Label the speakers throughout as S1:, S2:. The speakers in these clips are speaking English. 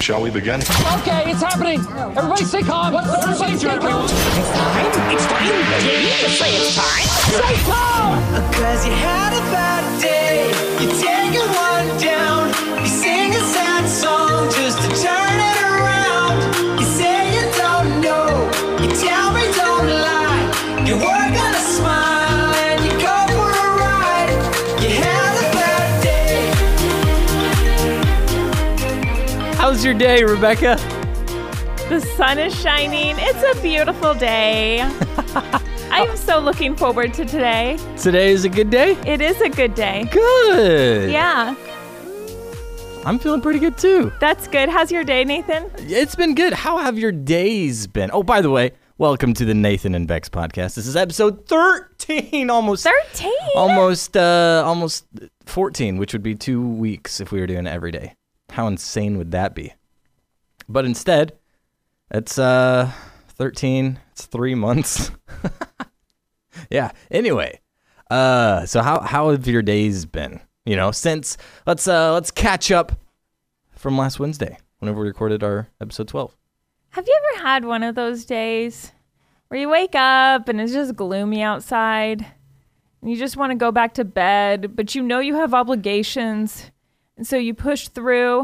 S1: Shall we begin?
S2: Okay, it's happening. Everybody stay calm. What's the procedure, everyone?
S3: It's time. You say it's time.
S2: Stay calm.
S4: Cause you had a bad day. You take it one down. You sing a sad song just to turn it around. You say you don't know. You tell me don't lie. You work on a smile and you go for a ride. You had a bad day.
S5: How's your day, Rebecca?
S6: The sun is shining. It's a beautiful day. I'm so looking forward to today.
S5: Today is a good day?
S6: It is a good day.
S5: Good.
S6: Yeah,
S5: I'm feeling pretty good too.
S6: that's good. How's your day, Nathan?
S5: It's been good. How have your days been? Oh, by the way, welcome to the Nathan and Bex podcast. This is episode 13 almost
S6: 13.
S5: almost uh almost 14, which would be 2 weeks if we were doing it every day. How insane would that be? But instead, it's uh 13, it's 3 months. yeah. Anyway, uh so how how have your days been? You know, since let's uh let's catch up from last Wednesday whenever we recorded our episode 12.
S6: Have you ever had one of those days where you wake up and it's just gloomy outside and you just want to go back to bed, but you know you have obligations. And so you push through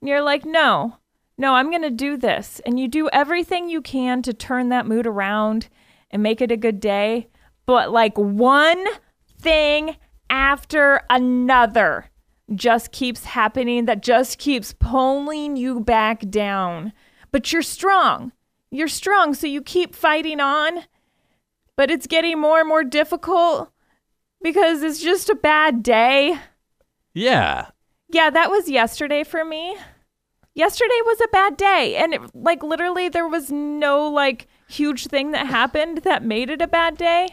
S6: and you're like, no, no, I'm going to do this. And you do everything you can to turn that mood around and make it a good day. But like one thing after another just keeps happening that just keeps pulling you back down. But you're strong. You're strong. So you keep fighting on. But it's getting more and more difficult because it's just a bad day.
S5: Yeah.
S6: Yeah, that was yesterday for me. Yesterday was a bad day. And it, like literally, there was no like huge thing that happened that made it a bad day.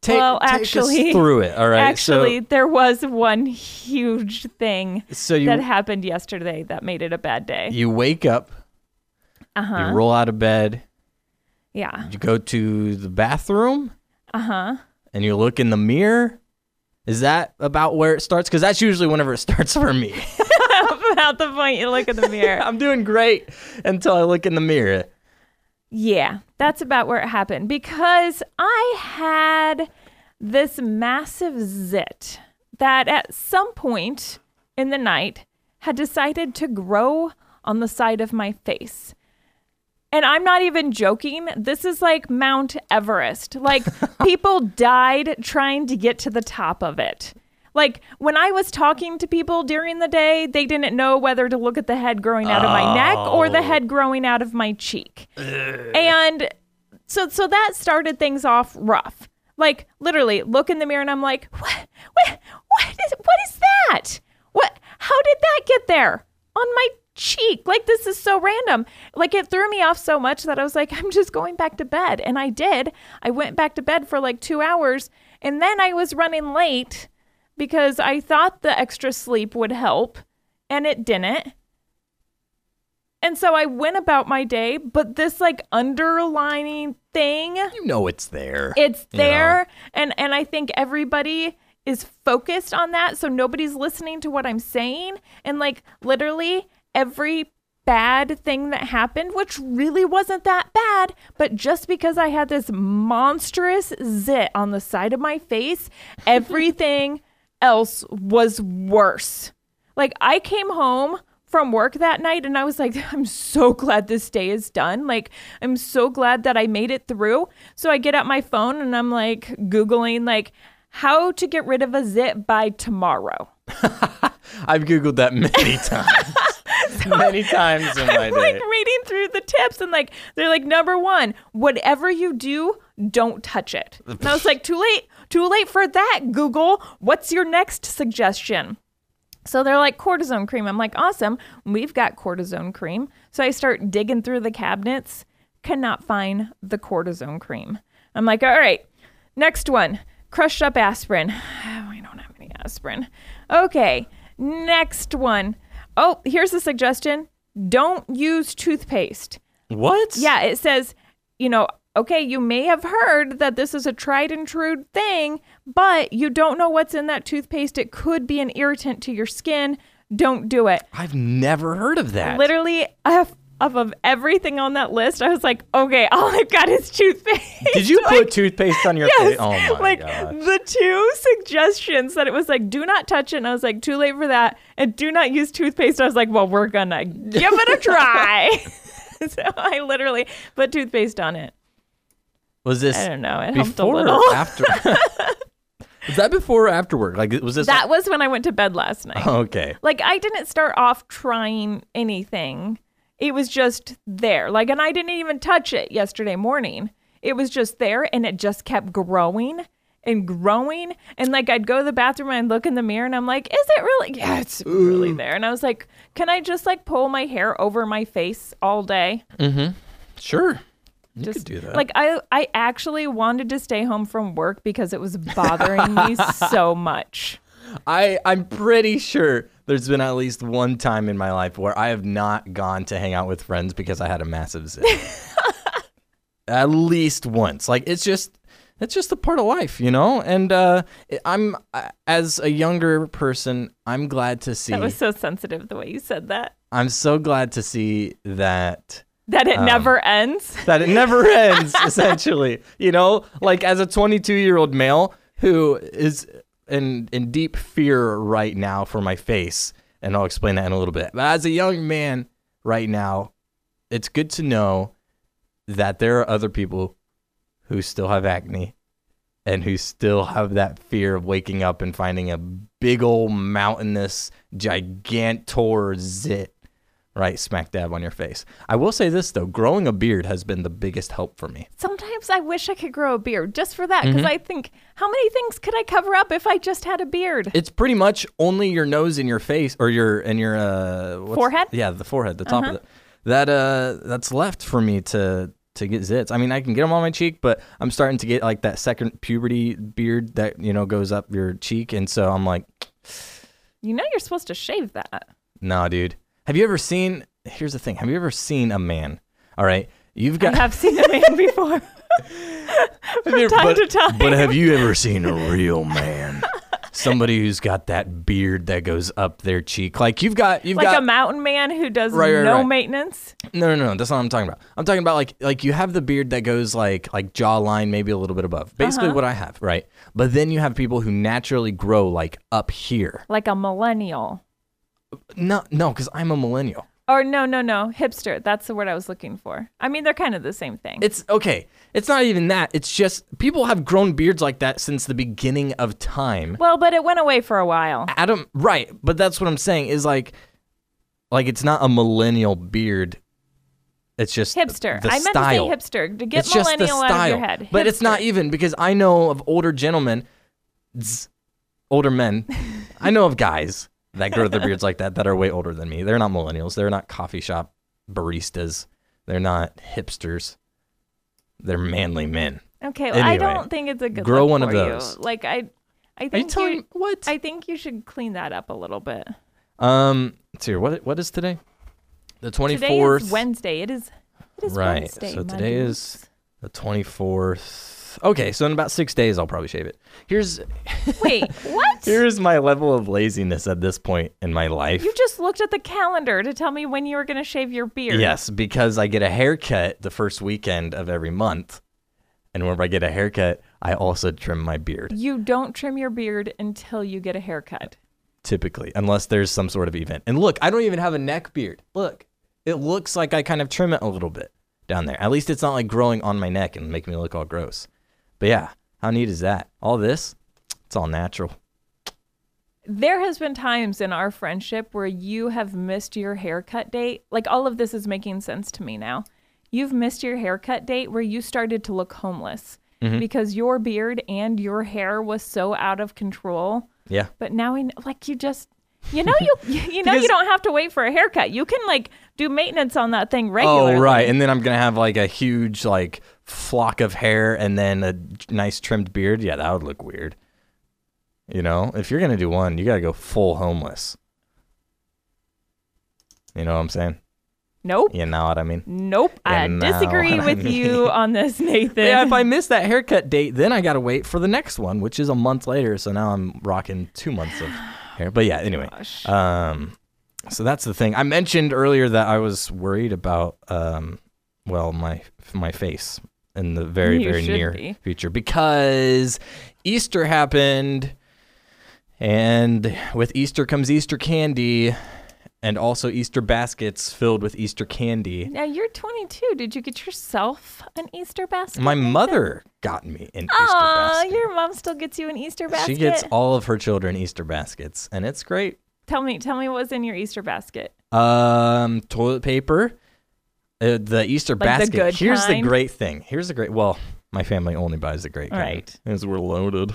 S5: Take,
S6: Well,
S5: take us
S6: actually-
S5: through it. All right.
S6: Actually,
S5: so,
S6: there was one huge thing
S5: so you
S6: that happened yesterday that made it a bad day.
S5: you wake up,
S6: uh-huh.
S5: you roll out of bed,
S6: yeah.
S5: you go to the bathroom,
S6: Uh-huh.
S5: and you look in the mirror. Is that about where it starts? Because that's usually whenever it starts for me.
S6: About the point you look in the mirror.
S5: I'm doing great until I look in the mirror.
S6: yeah, that's about where it happened because I had this massive zit that at some point in the night had decided to grow on the side of my face. And I'm not even joking. This is like Mount Everest. Like, people died trying to get to the top of it. Like, when I was talking to people during the day, they didn't know whether to look at the head growing out of my neck or the head growing out of my cheek. And so, so that started things off rough. Like, literally, look in the mirror and I'm like, what, what, what, is, what is that? What? How did that get there on my cheek? Like this is so random. Like it threw me off so much that I was like, I'm just going back to bed, and I did. I went back to bed for like two hours, and then I was running late because I thought the extra sleep would help, and it didn't. And so I went about my day, but this like underlining thing
S5: You know it's there.
S6: it's
S5: you know?
S6: there and and i think everybody is focused on that so nobody's listening to what i'm saying and like literally every bad thing that happened which really wasn't that bad but just because i had this monstrous zit on the side of my face everything else was worse like I came home from work that night and I was like, I'm so glad this day is done. Like, I'm so glad that I made it through. So I get out my phone and I'm like Googling like how to get rid of a zit by tomorrow.
S5: I've Googled that many times. many times in my
S6: I'm like
S5: day.
S6: reading through the tips and like they're like number one, whatever you do, don't touch it. And I was like, too late, too late for that, Google. What's your next suggestion? So they're like cortisone cream. I'm like, awesome. We've got cortisone cream. So I start digging through the cabinets, cannot find the cortisone cream. I'm like, all right, next one crushed up aspirin. Oh, I don't have any aspirin. Okay, next one. Oh, here's a suggestion don't use toothpaste.
S5: What?
S6: Yeah, it says, you know, okay, you may have heard that this is a tried and true thing, but you don't know what's in that toothpaste. It could be an irritant to your skin. don't do it.
S5: I've never heard of that.
S6: Literally, I have- off of everything on that list, I was like, okay, all I've got is toothpaste.
S5: Did you
S6: Like,
S5: put toothpaste on your
S6: yes.
S5: face? Oh my
S6: like
S5: god.
S6: the two suggestions that it was like, do not touch it. And I was like, too late for that. And do not use toothpaste. I was like, well, we're gonna give it a try. so I literally put toothpaste on it.
S5: Was this
S6: I don't know. It helped a
S5: before
S6: little.
S5: or after? was that before or afterward? Like was this oh,
S6: That was when I went to bed last
S5: Uh-huh.
S6: night.
S5: Okay.
S6: Like I didn't start off trying anything. It was just there. Like and I didn't even touch it yesterday morning. It was just there and it just kept growing and growing and like I'd go to the bathroom and I'd look in the mirror and I'm like, "Is it really? Yeah, it's really there." And I was like, "Can I just like pull my hair over my face all day?"
S5: Sure. You
S6: Just
S5: could do that.
S6: Like I I actually wanted to stay home from work because it was bothering me so much.
S5: I I'm pretty sure there's been at least one time in my life where I have not gone to hang out with friends because I had a massive zit. at least once. Like it's just it's just a part of life, you know? And uh I'm I- as a younger person, I'm glad to see
S6: That was so sensitive the way you said that.
S5: I'm so glad to see that
S6: That
S5: Oh.
S6: it never ends.
S5: that it never ends essentially you know like as a 22 year old male who is in in deep fear right now for my face and i'll explain that in a little bit but as a young man right now it's good to know that there are other people who still have acne and who still have that fear of waking up and finding a big old mountainous gigantor zit right smack dab on your face. I will say this though, growing a beard has been the biggest help for me.
S6: Sometimes I wish I could grow a beard just for that
S5: Mm-hmm.
S6: because I think, how many things could I cover up if I just had a beard?
S5: It's pretty much only your nose and your face or your and your uh what's-
S6: Forehead?
S5: Yeah, the forehead, the top of it. That uh that's left for me to to get zits. I mean, I can get them on my cheek, but I'm starting to get like that second puberty beard that, you know, goes up your cheek and so I'm like,
S6: you know, you're supposed to shave that.
S5: "Nah, dude. Have you ever seen Here's the thing. Have you ever seen a man? All right. You've got
S6: I have seen a man before.
S5: Have you-
S6: time
S5: but,
S6: to time.
S5: But have you ever seen a real man? Somebody who's got that beard that goes up their cheek, like you've got, you've
S6: Like
S5: got.
S6: a mountain man who does
S5: Right, right,
S6: no
S5: right.
S6: maintenance.
S5: no, no, no, that's not what I'm talking about. I'm talking about like, like you have the beard that goes like, like jawline, maybe a little bit above. Basically,
S6: Uh-huh.
S5: what I have, right? But then you have people who naturally grow like up here.
S6: Like a millennial.
S5: No, no, because I'm a millennial.
S6: Or no, no, no. Hipster. That's the word I was looking for. I mean, they're kind of the same thing.
S5: It's okay. It's not even that. It's just people have grown beards like that since the beginning of time.
S6: well, but it went away for a while.
S5: Adam, right? But that's what I'm saying is like, like it's not a millennial beard. It's just
S6: Hipster.
S5: The
S6: I meant
S5: style.
S6: to say hipster to get
S5: it's just the
S6: millennial
S5: style.
S6: out of your head.
S5: But it's not
S6: Hipster.
S5: even because I know of older gentlemen, zzz, older men. I know of guys that grow their beards like that that are way older than me. They're not millennials. They're not coffee shop baristas. They're not hipsters. They're manly men.
S6: Okay, well, I
S5: Anyway,
S6: don't think it's a good
S5: grow
S6: look
S5: one of
S6: for you.
S5: those.
S6: Like I, I think
S5: Are you telling me what?
S6: I think you should clean that up a little bit.
S5: um, let's see here. What what is today? The twenty
S6: Today
S5: fourth.
S6: is Wednesday. It is. It is
S5: Right.
S6: Wednesday.
S5: so
S6: my
S5: today
S6: dudes.
S5: is the 24th. Okay, so in about 6 days I'll probably shave it. Here's
S6: Wait, what?
S5: here's my level of laziness at this point in my life.
S6: you just looked at the calendar to tell me when you were going to shave your beard.
S5: Yes, because I get a haircut the first weekend of every month. And whenever I get a haircut, I also trim my beard
S6: You don't trim your beard until you get a haircut.
S5: typically, unless there's some sort of event. And look, I don't even have a neck beard. Look. It looks like I kind of trim it a little bit down there. At least it's not like growing on my neck and making me look all gross. But yeah, how neat is that? All this, it's all natural.
S6: There has been times in our friendship where you have missed your haircut date. Like all of this is making sense to me now. You've missed your haircut date where you started to look homeless
S5: Mm-hmm.
S6: because your beard and your hair was so out of control.
S5: Yeah.
S6: But now we know, like you just you know you you know you
S5: Because-
S6: don't have to wait for a haircut. You can like do maintenance on that thing
S5: Oh
S6: regularly.
S5: right, and then I'm gonna have like a huge like flock of hair and then a j- nice trimmed beard. Yeah, that would look weird. You know, if you're gonna do one, you gotta go full homeless. You know what I'm saying?
S6: Nope.
S5: You know what I mean?
S6: Nope. I
S5: You know
S6: disagree
S5: what I
S6: with you
S5: mean.
S6: on this, Nathan.
S5: Yeah, if I miss that haircut date, then I gotta wait for the next one, which is a month later. So now I'm rocking two months of here. But yeah, anyway. Um, so that's the thing. I mentioned earlier that I was worried about, um, well, my my face in the very
S6: You
S5: very
S6: should
S5: near
S6: be.
S5: future because Easter happened, and with Easter comes Easter candy, and also Easter baskets filled with Easter candy.
S6: Now you're 22. Did you get yourself an Easter basket?
S5: My mother got me an Easter
S6: Aw,
S5: basket.
S6: your mom still gets you an Easter basket.
S5: She gets all of her children Easter baskets, and it's great.
S6: tell me, tell me what was in your Easter basket.
S5: Um, toilet paper. Uh, the Easter
S6: the
S5: basket.
S6: good
S5: Here's
S6: kind?
S5: the great thing. Here's the great. Well, my family only buys the great kind.
S6: Right.
S5: Because we're loaded.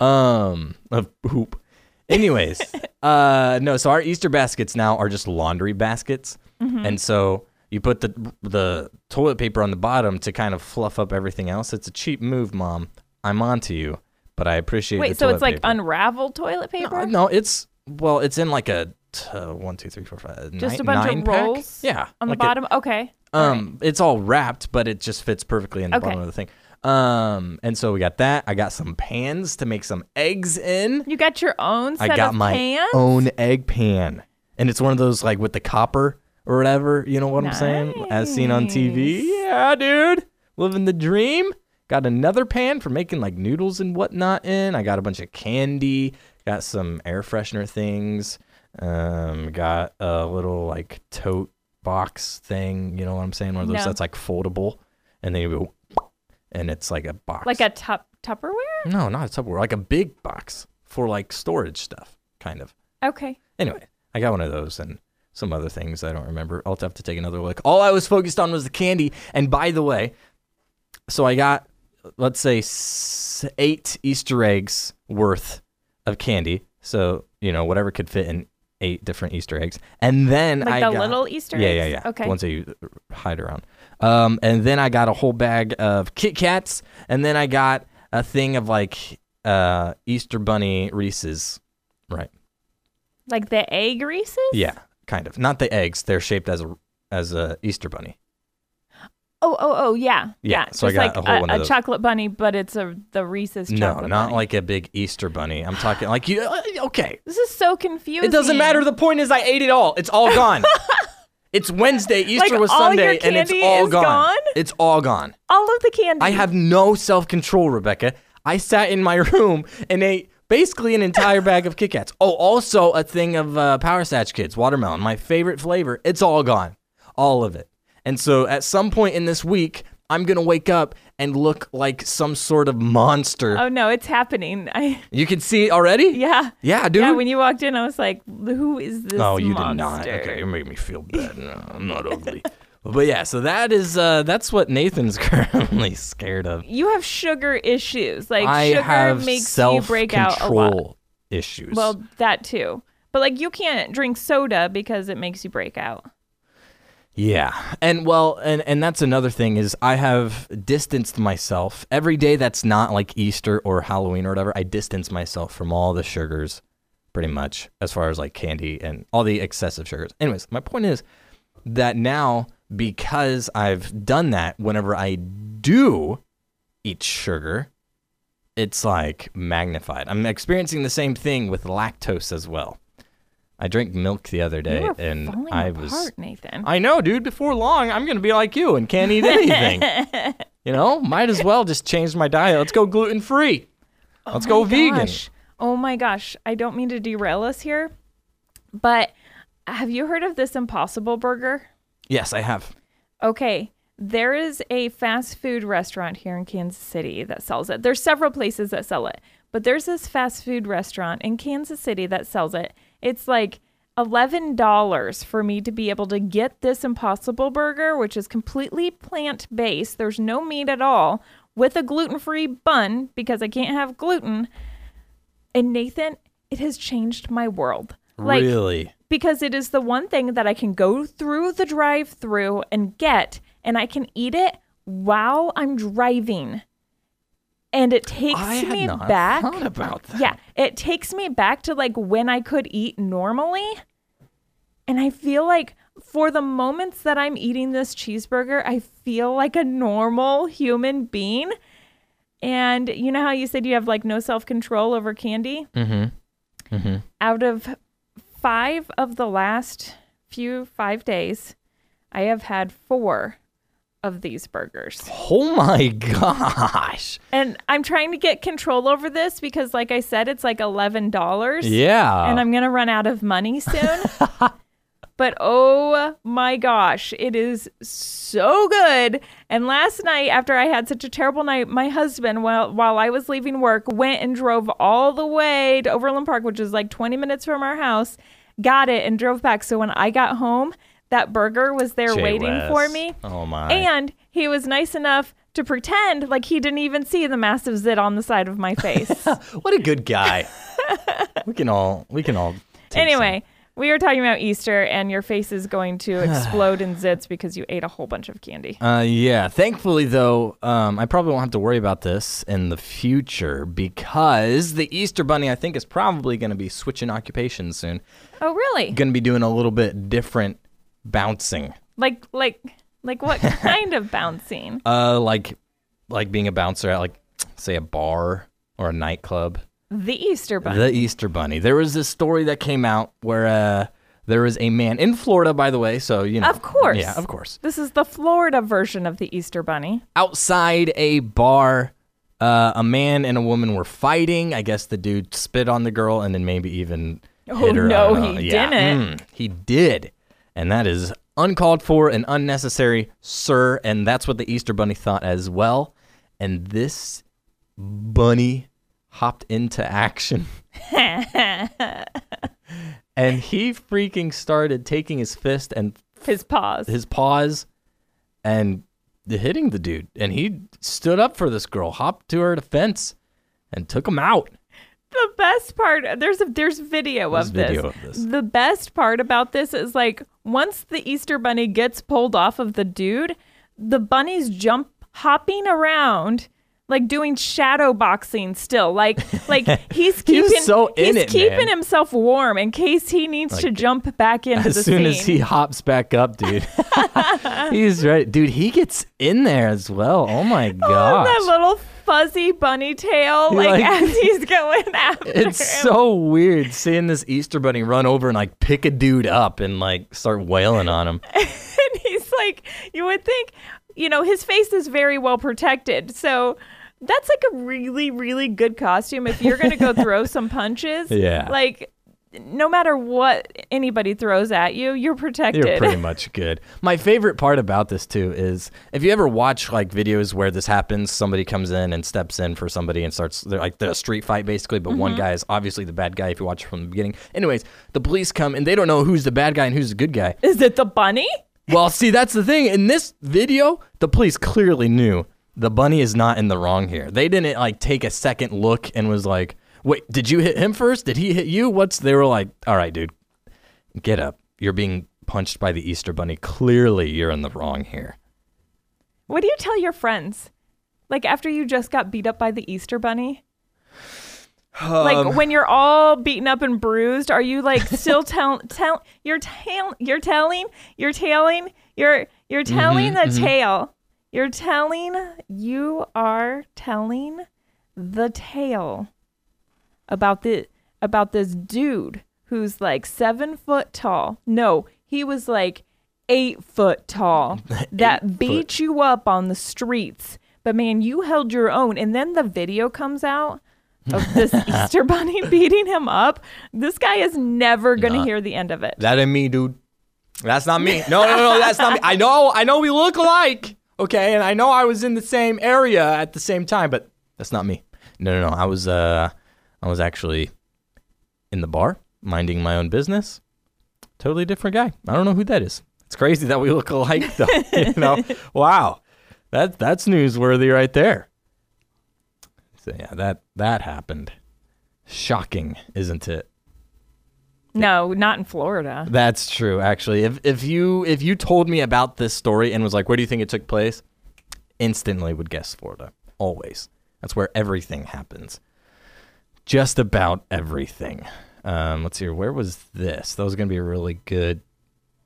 S5: Um, of hoop. Anyways, uh, no. So our Easter baskets now are just laundry baskets,
S6: Mm-hmm.
S5: and so you put the the toilet paper on the bottom to kind of fluff up everything else. It's a cheap move, mom. I'm onto you, but I appreciate. the
S6: Wait, so it's
S5: toilet
S6: like
S5: paper.
S6: unraveled toilet
S5: Uh,
S6: paper?
S5: no, it's well, it's in like a t- uh, one, two, three, four, five,
S6: Just
S5: nine-
S6: a bunch
S5: nine
S6: of
S5: pack?
S6: rolls.
S5: Yeah,
S6: On
S5: like
S6: the
S5: a-
S6: bottom. okay.
S5: um, it's all wrapped, but it just fits perfectly in the
S6: Okay.
S5: bottom of the thing. Um, and so we got that. I got some pans to make some eggs in.
S6: You got your own set
S5: I got
S6: of
S5: my
S6: pans?
S5: own egg pan, and it's one of those like with the copper or whatever. You know what I'm saying? As seen on TV. Yeah, dude, living the dream. Got another pan for making like noodles and whatnot in. I got a bunch of candy. Got some air freshener things. Um, got a little like tote box thing. You know what I'm saying? One of those
S6: No.
S5: that's like foldable, and then you go, and it's like a box.
S6: Like a tup- Tupperware?
S5: no, not a Tupperware, like a big box for like storage stuff, kind of.
S6: Okay.
S5: Anyway, I got one of those and some other things I don't remember. I'll have to take another look. All I was focused on was the candy. And by the way, so I got, let's say, s- eight Easter eggs worth of candy. So, you know, whatever could fit in eight different Easter eggs. And then
S6: Like
S5: I
S6: the
S5: got,
S6: little Easter
S5: yeah,
S6: eggs?
S5: Yeah, yeah,
S6: Okay.
S5: The ones that you hide around. Um, and then I got a whole bag of Kit Kats, and then I got a thing of like uh, Easter Bunny Reese's. Right.
S6: Like the egg Reese's?
S5: Yeah, kind of. Not the eggs. They're shaped as a as a Easter bunny.
S6: Oh, oh, oh, yeah.
S5: Yeah, so I
S6: Just
S5: got
S6: like
S5: a whole
S6: a,
S5: one of those.
S6: chocolate bunny, but it's a the Reese's
S5: No,
S6: chocolate
S5: not
S6: bunny.
S5: like a big Easter bunny. I'm talking like you. uh, Okay,
S6: This is so confusing.
S5: it doesn't matter. The point is, I ate it all. It's all gone. it's Wednesday. Easter
S6: Like,
S5: was
S6: all your
S5: Sunday, and it's
S6: candy
S5: all
S6: is
S5: gone.
S6: gone?
S5: It's all gone.
S6: All of the candy.
S5: I have no self control, Rebecca. I sat in my room and ate basically an entire bag of Kit Kats. Oh, also a thing of uh, Power Satch Kids, watermelon, my favorite flavor. It's all gone, all of it. And so at some point in this week, I'm gonna wake up and look like some sort of monster.
S6: Oh no, it's happening. I
S5: you can see it already.
S6: yeah.
S5: Yeah, dude.
S6: Yeah, when you walked in, I was like, "Who is this?"
S5: Oh, you
S6: monster?
S5: did not. Okay, it made me feel bad. No, I'm not ugly. But yeah, so that is uh, that's what Nathan's currently scared of.
S6: You have sugar issues. Like
S5: I
S6: sugar
S5: have
S6: makes you
S5: self
S6: break out a lot.
S5: control issues.
S6: Well, that too. But like, you can't drink soda because it makes you break out.
S5: yeah, and well, and and that's another thing is I have distanced myself every day. That's not like Easter or Halloween or whatever. I distance myself from all the sugars, pretty much as far as like candy and all the excessive sugars. Anyways, my point is that now because I've done that, whenever I do eat sugar, it's like magnified. I'm experiencing the same thing with lactose as well. I drank milk the other day
S6: you are
S5: and
S6: falling
S5: I
S6: apart,
S5: was
S6: Nathan.
S5: I know, dude, before long I'm going to be like you and can't eat anything. you know, might as well just change my diet. Let's go gluten-free. Let's go vegan.
S6: Oh Gosh. Oh my gosh. I don't mean to derail us here, but have you heard of this Impossible Burger?
S5: Yes, I have.
S6: Okay. There is a fast food restaurant here in Kansas City that sells it. There's several places that sell it, but there's this fast food restaurant in Kansas City that sells it. It's like $11 for me to be able to get this impossible burger, which is completely plant based. There's no meat at all with a gluten free bun because I can't have gluten. And Nathan, it has changed my world. Like,
S5: really?
S6: because it is the one thing that I can go through the drive through and get, and I can eat it while I'm driving. And it takes
S5: I had
S6: me
S5: not
S6: back.
S5: thought about that.
S6: Yeah, it takes me back to like when I could eat normally. And I feel like for the moments that I'm eating this cheeseburger, I feel like a normal human being. And you know how you said you have like no self control over candy? Mm-hmm. Out of five of the last few five days, I have had four of these burgers.
S5: Oh my gosh.
S6: And I'm trying to get control over this because, like I said, it's like $11.
S5: Yeah.
S6: And I'm going to run out of money soon. but oh my gosh, it is so good. And last night, after I had such a terrible night, my husband, while, while I was leaving work, went and drove all the way to Overland Park, which is like 20 minutes from our house, got it, and drove back. So when I got home, that burger was there
S5: Jay
S6: waiting for
S5: West.
S6: me.
S5: Oh my.
S6: And he was nice enough to pretend like he didn't even see the massive zit on the side of my face.
S5: what a good guy. we can all we can all take
S6: anyway, we were talking about Easter and your face is going to explode in zits because you ate a whole bunch of candy.
S5: some. Uh yeah. Thankfully though, um I probably won't have to worry about this in the future because the Easter bunny I think is probably going to be switching occupations soon.
S6: Oh, really?
S5: Going to be doing a little bit different bouncing.
S6: Like like like what kind of bouncing?
S5: Uh like like being a bouncer at like say a bar or a nightclub.
S6: The Easter bunny.
S5: The Easter Bunny. There was this story that came out where uh, there was a man in Florida, by the way. So you know,
S6: Of course.
S5: yeah, of course,
S6: This is the Florida version of the Easter bunny.
S5: outside a bar. Uh, a man and a woman were fighting. I guess the dude spit on the girl and then maybe even hit her. I
S6: Oh, no,
S5: don't know.
S6: he
S5: Yeah,
S6: didn't.
S5: mm, he did, and that is uncalled for and unnecessary, sir. And that's what the Easter Bunny thought as well. And this bunny hopped into action. and he freaking started taking his fist and
S6: His paws.
S5: his paws and hitting the dude. And he stood up for this girl, hopped to her defense, and took him out.
S6: the best part there's a there's video
S5: There's
S6: of this.
S5: video of this.
S6: The best part about this is like once the Easter bunny gets pulled off of the dude, the bunnies jump hopping around like doing shadow boxing still. Like like he's
S5: He
S6: keeping
S5: was so in
S6: he's
S5: it,
S6: keeping
S5: man.
S6: himself warm in case he needs to jump back into the
S5: As soon
S6: scene.
S5: as he hops back up, dude, he's right. Dude, he gets in there as well. Oh my
S6: Oh,
S5: gosh.
S6: that little fuzzy bunny tail,
S5: He,
S6: like,
S5: like-
S6: as he's going after
S5: it's
S6: him.
S5: so weird seeing this Easter bunny run over and like pick a dude up and like start wailing on him.
S6: and he's like, you would think, you know, his face is very well protected. So that's like a really, really good costume. If you're going to go throw some punches,
S5: Yeah.
S6: like no matter what anybody throws at you, you're protected.
S5: You're pretty much good. My favorite part about this too is if you ever watch like videos where this happens, somebody comes in and steps in for somebody and starts they're like the street fight basically, but one guy is obviously the bad guy if you watch from the beginning. Anyways, the police come and they don't know who's the bad guy and who's the good guy.
S6: is it the bunny?
S5: Well, see, that's the thing. In this video, the police clearly knew the bunny is not in the wrong here. They didn't like take a second look and was like, "Wait, did you hit him first? Did he hit you? What's?" They were like, "All right, dude, get up. You're being punched by the Easter bunny. Clearly, you're in the wrong here."
S6: What do you tell your friends? Like after you just got beat up by the Easter bunny? like when you're all beaten up and bruised, are you like still tell tell you're tell you're telling you're telling you're you're telling the tale. You're telling you are telling the tale about the about this dude who's like seven foot tall. No, he was like eight foot tall. that beat you up on the streets. But man, you held your own. And then the video comes out of this Easter bunny beating him up. This guy is never gonna hear the end of it.
S5: That ain't me, dude. That's not me. No, no, no, that's not me. I know, I know we look alike. Okay, and I know I was in the same area at the same time, but that's not me. No, no, no. I was uh I was actually in the bar, minding my own business. Totally different guy. I don't know who that is. It's crazy that we look alike though. you know? Wow. That that's newsworthy right there. So yeah, that that happened. Shocking, isn't it?
S6: No, not in Florida.
S5: That's true, actually. If if you if you told me about this story and was like, "Where do you think it took place?" instantly would guess Florida. Always. That's where everything happens. Just about everything. Um, let's see. here. Where was this? That was gonna be a really good,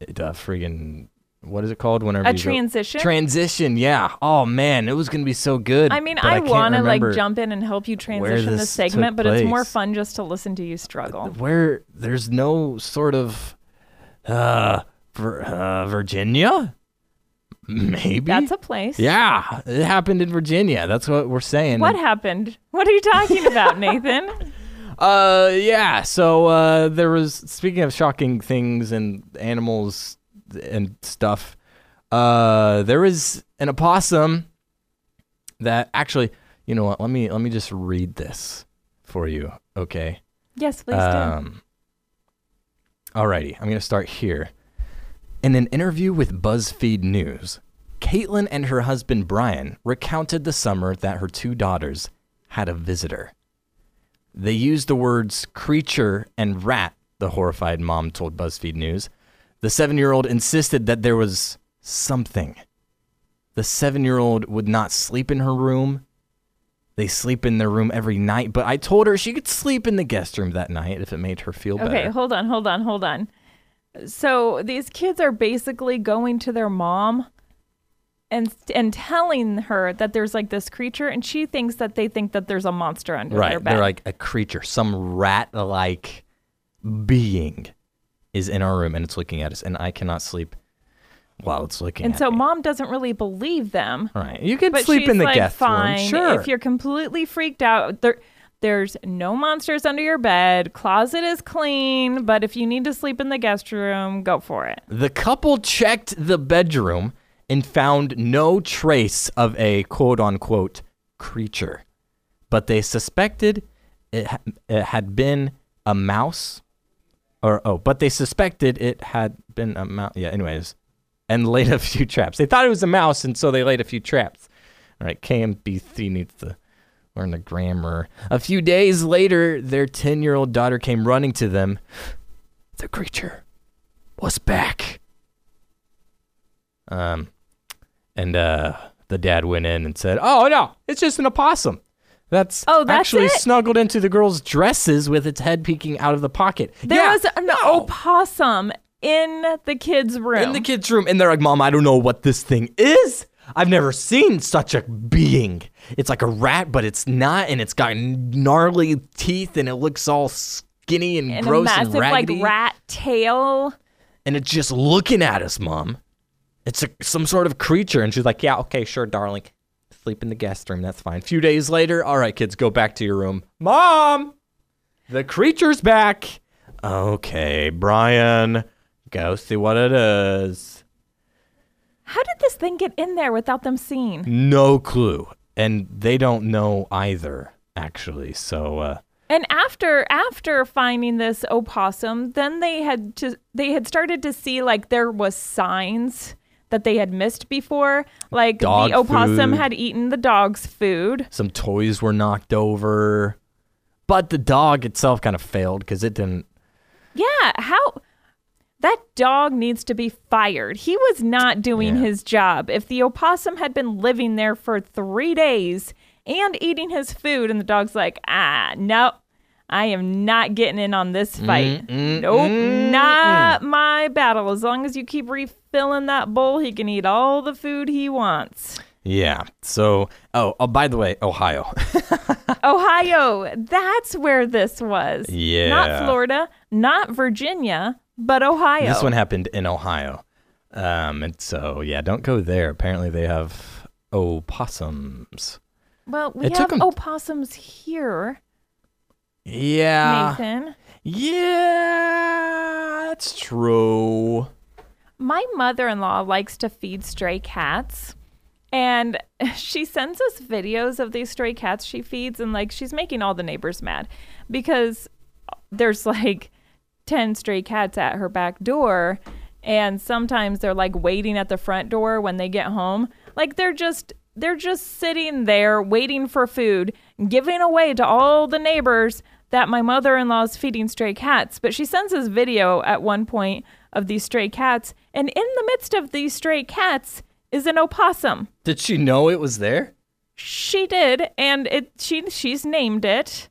S5: uh, friggin' what is it called? Whenever
S6: A
S5: you go-
S6: transition?
S5: Transition, yeah. Oh man, it was gonna be so good.
S6: I mean,
S5: but
S6: I,
S5: can't
S6: want to like
S5: remember
S6: jump in and help you transition the
S5: this
S6: segment,
S5: took
S6: but it's more
S5: place.
S6: fun just to listen to you struggle.
S5: where there's no sort of uh, Vir- uh Virginia. Maybe
S6: That's a place.
S5: yeah. It happened in Virginia. That's what we're saying.
S6: What happened? What are you talking about, Nathan?
S5: Uh, yeah. So uh, there was speaking of shocking things and animals and stuff. Uh, there was an opossum that actually, you know what? Let me let me just read this for you. Okay.
S6: Yes, please
S5: Um, alrighty, I'm gonna start here. In an interview with BuzzFeed News, Caitlin and her husband Brian recounted the summer that her two daughters had a visitor. They used the words creature and rat, the horrified mom told BuzzFeed News. The seven year old insisted that there was something. The seven year old would not sleep in her room they sleep in their room every night, but I told her she could sleep in the guest room that night if it made her feel
S6: do. Okay,
S5: better.
S6: hold on, hold on, hold on. So these kids are basically going to their mom and and telling her that there's like this creature, and she thinks that they think that there's a monster under their
S5: Right.
S6: bed.
S5: They're like a creature, some rat like being is in our room and it's looking at us, and I cannot sleep while it's looking
S6: and
S5: at
S6: so
S5: me.
S6: mom doesn't really believe them.
S5: Right. You can
S6: But
S5: sleep
S6: she's
S5: in the
S6: like,
S5: guest
S6: fine.
S5: room. Sure.
S6: If you're completely freaked out, there, there's no monsters under your bed. Closet is clean, but if you need to sleep in the guest room, go for it.
S5: The couple checked the bedroom and found no trace of a quote unquote creature, but they suspected it, ha- it had been a mouse. Or, oh, but they suspected it had been a mouse. Yeah, anyways. And laid a few traps. They thought it was a mouse, and so they laid a few traps. All right, KMBC needs to learn the grammar. A few days later, their 10 year old daughter came running to them. The creature was back. Um, and uh, the dad went in and said, "Oh no, it's just an opossum. That's,
S6: Oh, that's
S5: actually
S6: it?
S5: snuggled into the girls' dresses with its head peeking out of the pocket.
S6: There
S5: Yeah,
S6: was an opossum in the kids' room.
S5: in the kids' room, and they're like, "Mom, I don't know what this thing is." I've never seen such a being. It's like a rat, but it's not, and it's got gnarly teeth, and it looks all skinny and,
S6: and a
S5: gross
S6: massive
S5: and raggedy.
S6: like rat tail.
S5: and it's just looking at us, mom. It's a, some sort of creature. And she's like, yeah, okay, sure, darling. Sleep in the guest room. That's fine. A few days later, all right, kids, go back to your room. Mom, the creature's back. Okay, Brian, go see what it is.
S6: How did this thing get in there without them seeing?
S5: No clue. And they don't know either, actually. So, uh,
S6: And after after finding this opossum, then they had to they had started to see like there was signs that they had missed before, like
S5: Dog
S6: the opossum
S5: food.
S6: had eaten the dog's food.
S5: some toys were knocked over. But the dog itself kind of failed because it didn't
S6: Yeah, how that dog needs to be fired. He was not doing
S5: Yeah.
S6: his job. If the opossum had been living there for 3 days and eating his food and the dog's like, "Ah, no. I am not getting in on this fight.
S5: Mm,
S6: nope, not my battle. As long as you keep refilling that bowl, he can eat all the food he wants.
S5: Yeah. So, oh, oh by the way, Ohio.
S6: Ohio, that's where this was. Not
S5: Yeah.
S6: Florida, not Virginia, but Ohio.
S5: this one happened in Ohio. Um, and so, yeah, don't go there. Apparently, they have opossums.
S6: Well, we
S5: It
S6: have
S5: took 'em-
S6: opossums here,
S5: Yeah.
S6: Nathan.
S5: Yeah, that's true.
S6: My mother in law likes to feed stray cats. And she sends us videos of these stray cats she feeds, and like she's making all the neighbors mad because there's like 10 stray cats at her back door. And sometimes they're like waiting at the front door when they get home. Like they're just. They're just sitting there waiting for food, giving away to all the neighbors that my mother in law's feeding stray cats. But she sends us video at one point of these stray cats, and in the midst of these stray cats is an opossum.
S5: Did she know it was there?
S6: She did, and it she she's named it.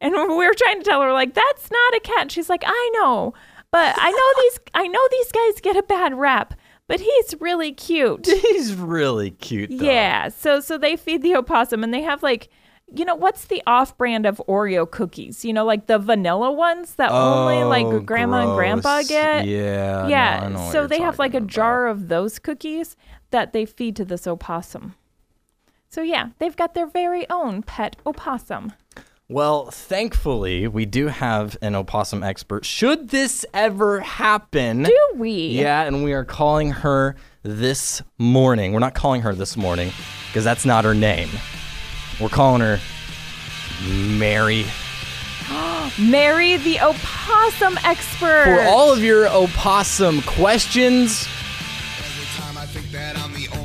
S6: And we were trying to tell her like that's not a cat. She's like, I know, but I know these I know these guys get a bad rap, but he's really cute.
S5: He's really cute. Though.
S6: Yeah. So so they feed the opossum and they have like you know what's the off-brand of Oreo cookies? You know like the vanilla ones that only
S5: Oh,
S6: like grandma and grandpa
S5: gross.
S6: get.
S5: Yeah.
S6: Yeah.
S5: no, Uh, I know what
S6: so
S5: you're
S6: they have like
S5: talking
S6: a jar of those cookies that they feed to this opossum. So yeah, they've got their very own pet opossum.
S5: Well, thankfully, we do have an opossum expert. Should this ever happen?
S6: Do we?
S5: Yeah, and we are calling her this morning. We're not calling her this morning because that's not her name. We're calling her Mary.
S6: Mary the opossum expert.
S5: For all of your opossum questions,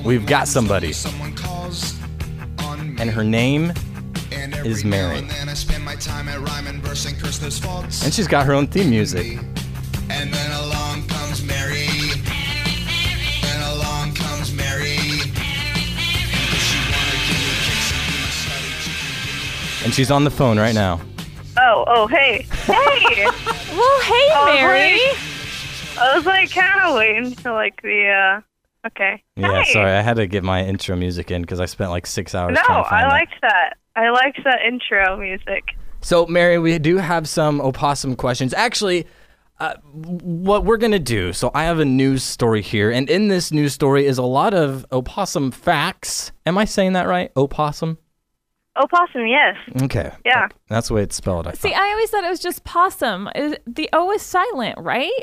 S1: We've got somebody.
S5: and her name,
S1: is Mary.
S5: and she's got her own theme music.
S1: And then along comes Mary. Then along comes Mary. And if she wanna give me kicks and be my slutty chicken, give me
S5: And she's on the phone right now.
S7: Oh, oh, hey. Hey!
S6: well, hey
S7: I was
S6: Mary.
S7: like- I was like kind of waiting for like the, uh, okay.
S5: Yeah,
S7: Hey.
S5: sorry, I had to get my intro music in because I spent like six hours
S7: No,
S5: trying to find
S7: I
S5: that.
S7: liked that. I liked that intro music.
S5: So, Mary, we do have some opossum questions. Actually, uh, what we're going to do so, I have a news story here, and in this news story is a lot of opossum facts. Am I saying that right? Opossum?
S7: Opossum, Oh, yes.
S5: Okay.
S7: Yeah.
S5: That's the way it's spelled. I
S6: See,
S5: thought.
S6: I always thought it was just possum. Is- The O is silent, right?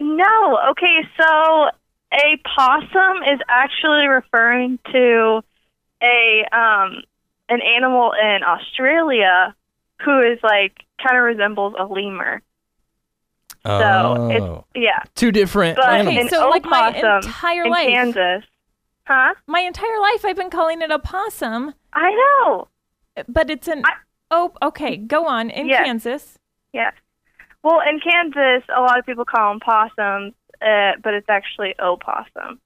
S7: No, okay, so a possum is actually referring to a um an animal in Australia who is like kind of resembles a lemur. So
S5: oh.
S7: it's yeah,
S5: Two different
S7: but
S5: animals.
S7: an
S6: so, like, my
S7: opossum
S6: entire
S7: in
S6: life-
S7: Kansas, huh?
S6: My entire life I've been calling it a possum,
S7: I know.
S6: but it's an
S7: I-
S6: oh. Okay, go on in
S7: Yeah.
S6: Kansas.
S7: Yes. Well, in Kansas, a lot of people call them possums, uh, but it's actually opossum.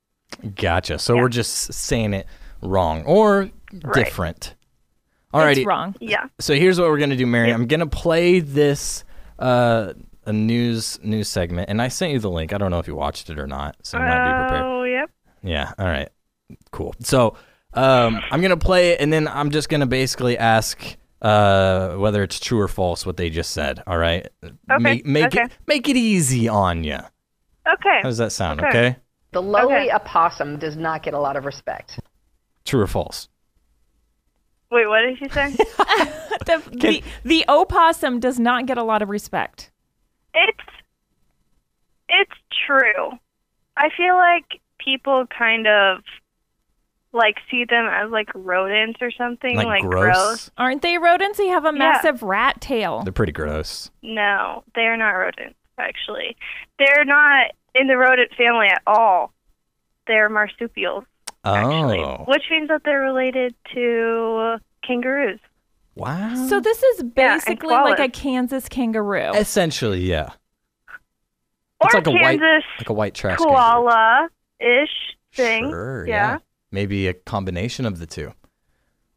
S5: Gotcha. So we're just saying it wrong or different. Alrighty.
S6: It's wrong.
S7: Yeah.
S5: So here's what we're gonna do, Mary. I'm gonna play this uh, a news news segment, and I sent you the link. I don't know if you watched it or not, so you might be prepared.
S7: Oh, yep.
S5: Yeah. All right. Cool. So um, I'm gonna play it, and then I'm just gonna basically ask uh, whether it's true or false what they just said. All right.
S7: Okay,
S5: Make, make
S7: okay.
S5: it make it easy on you.
S7: Okay.
S5: How does that sound?
S7: Okay.
S5: okay?
S8: The lowly
S7: Okay.
S8: opossum does not get a lot of respect.
S5: True or false?
S7: Wait, what did you say?
S6: The, the the opossum does not get a lot of respect.
S7: It's it's true. I feel like people kind of like see them as like rodents or something
S5: Like,
S7: like,
S5: gross?
S6: Aren't they rodents? They have a massive rat tail.
S5: They're pretty gross.
S7: No, they're not rodents actually. They're not in the rodent family at all. They're marsupials actually,
S5: Oh.
S7: which means that they're related to kangaroos.
S5: Wow.
S6: So this is
S7: Yeah, and
S6: basically like a
S7: koalas.
S6: Kansas kangaroo.
S5: Essentially, yeah.
S7: Or
S5: It's like a white-
S7: Kansas
S5: Like a white trash kangaroo.
S7: koala ish thing.
S5: Sure, yeah.
S7: yeah.
S5: Maybe a combination of the two.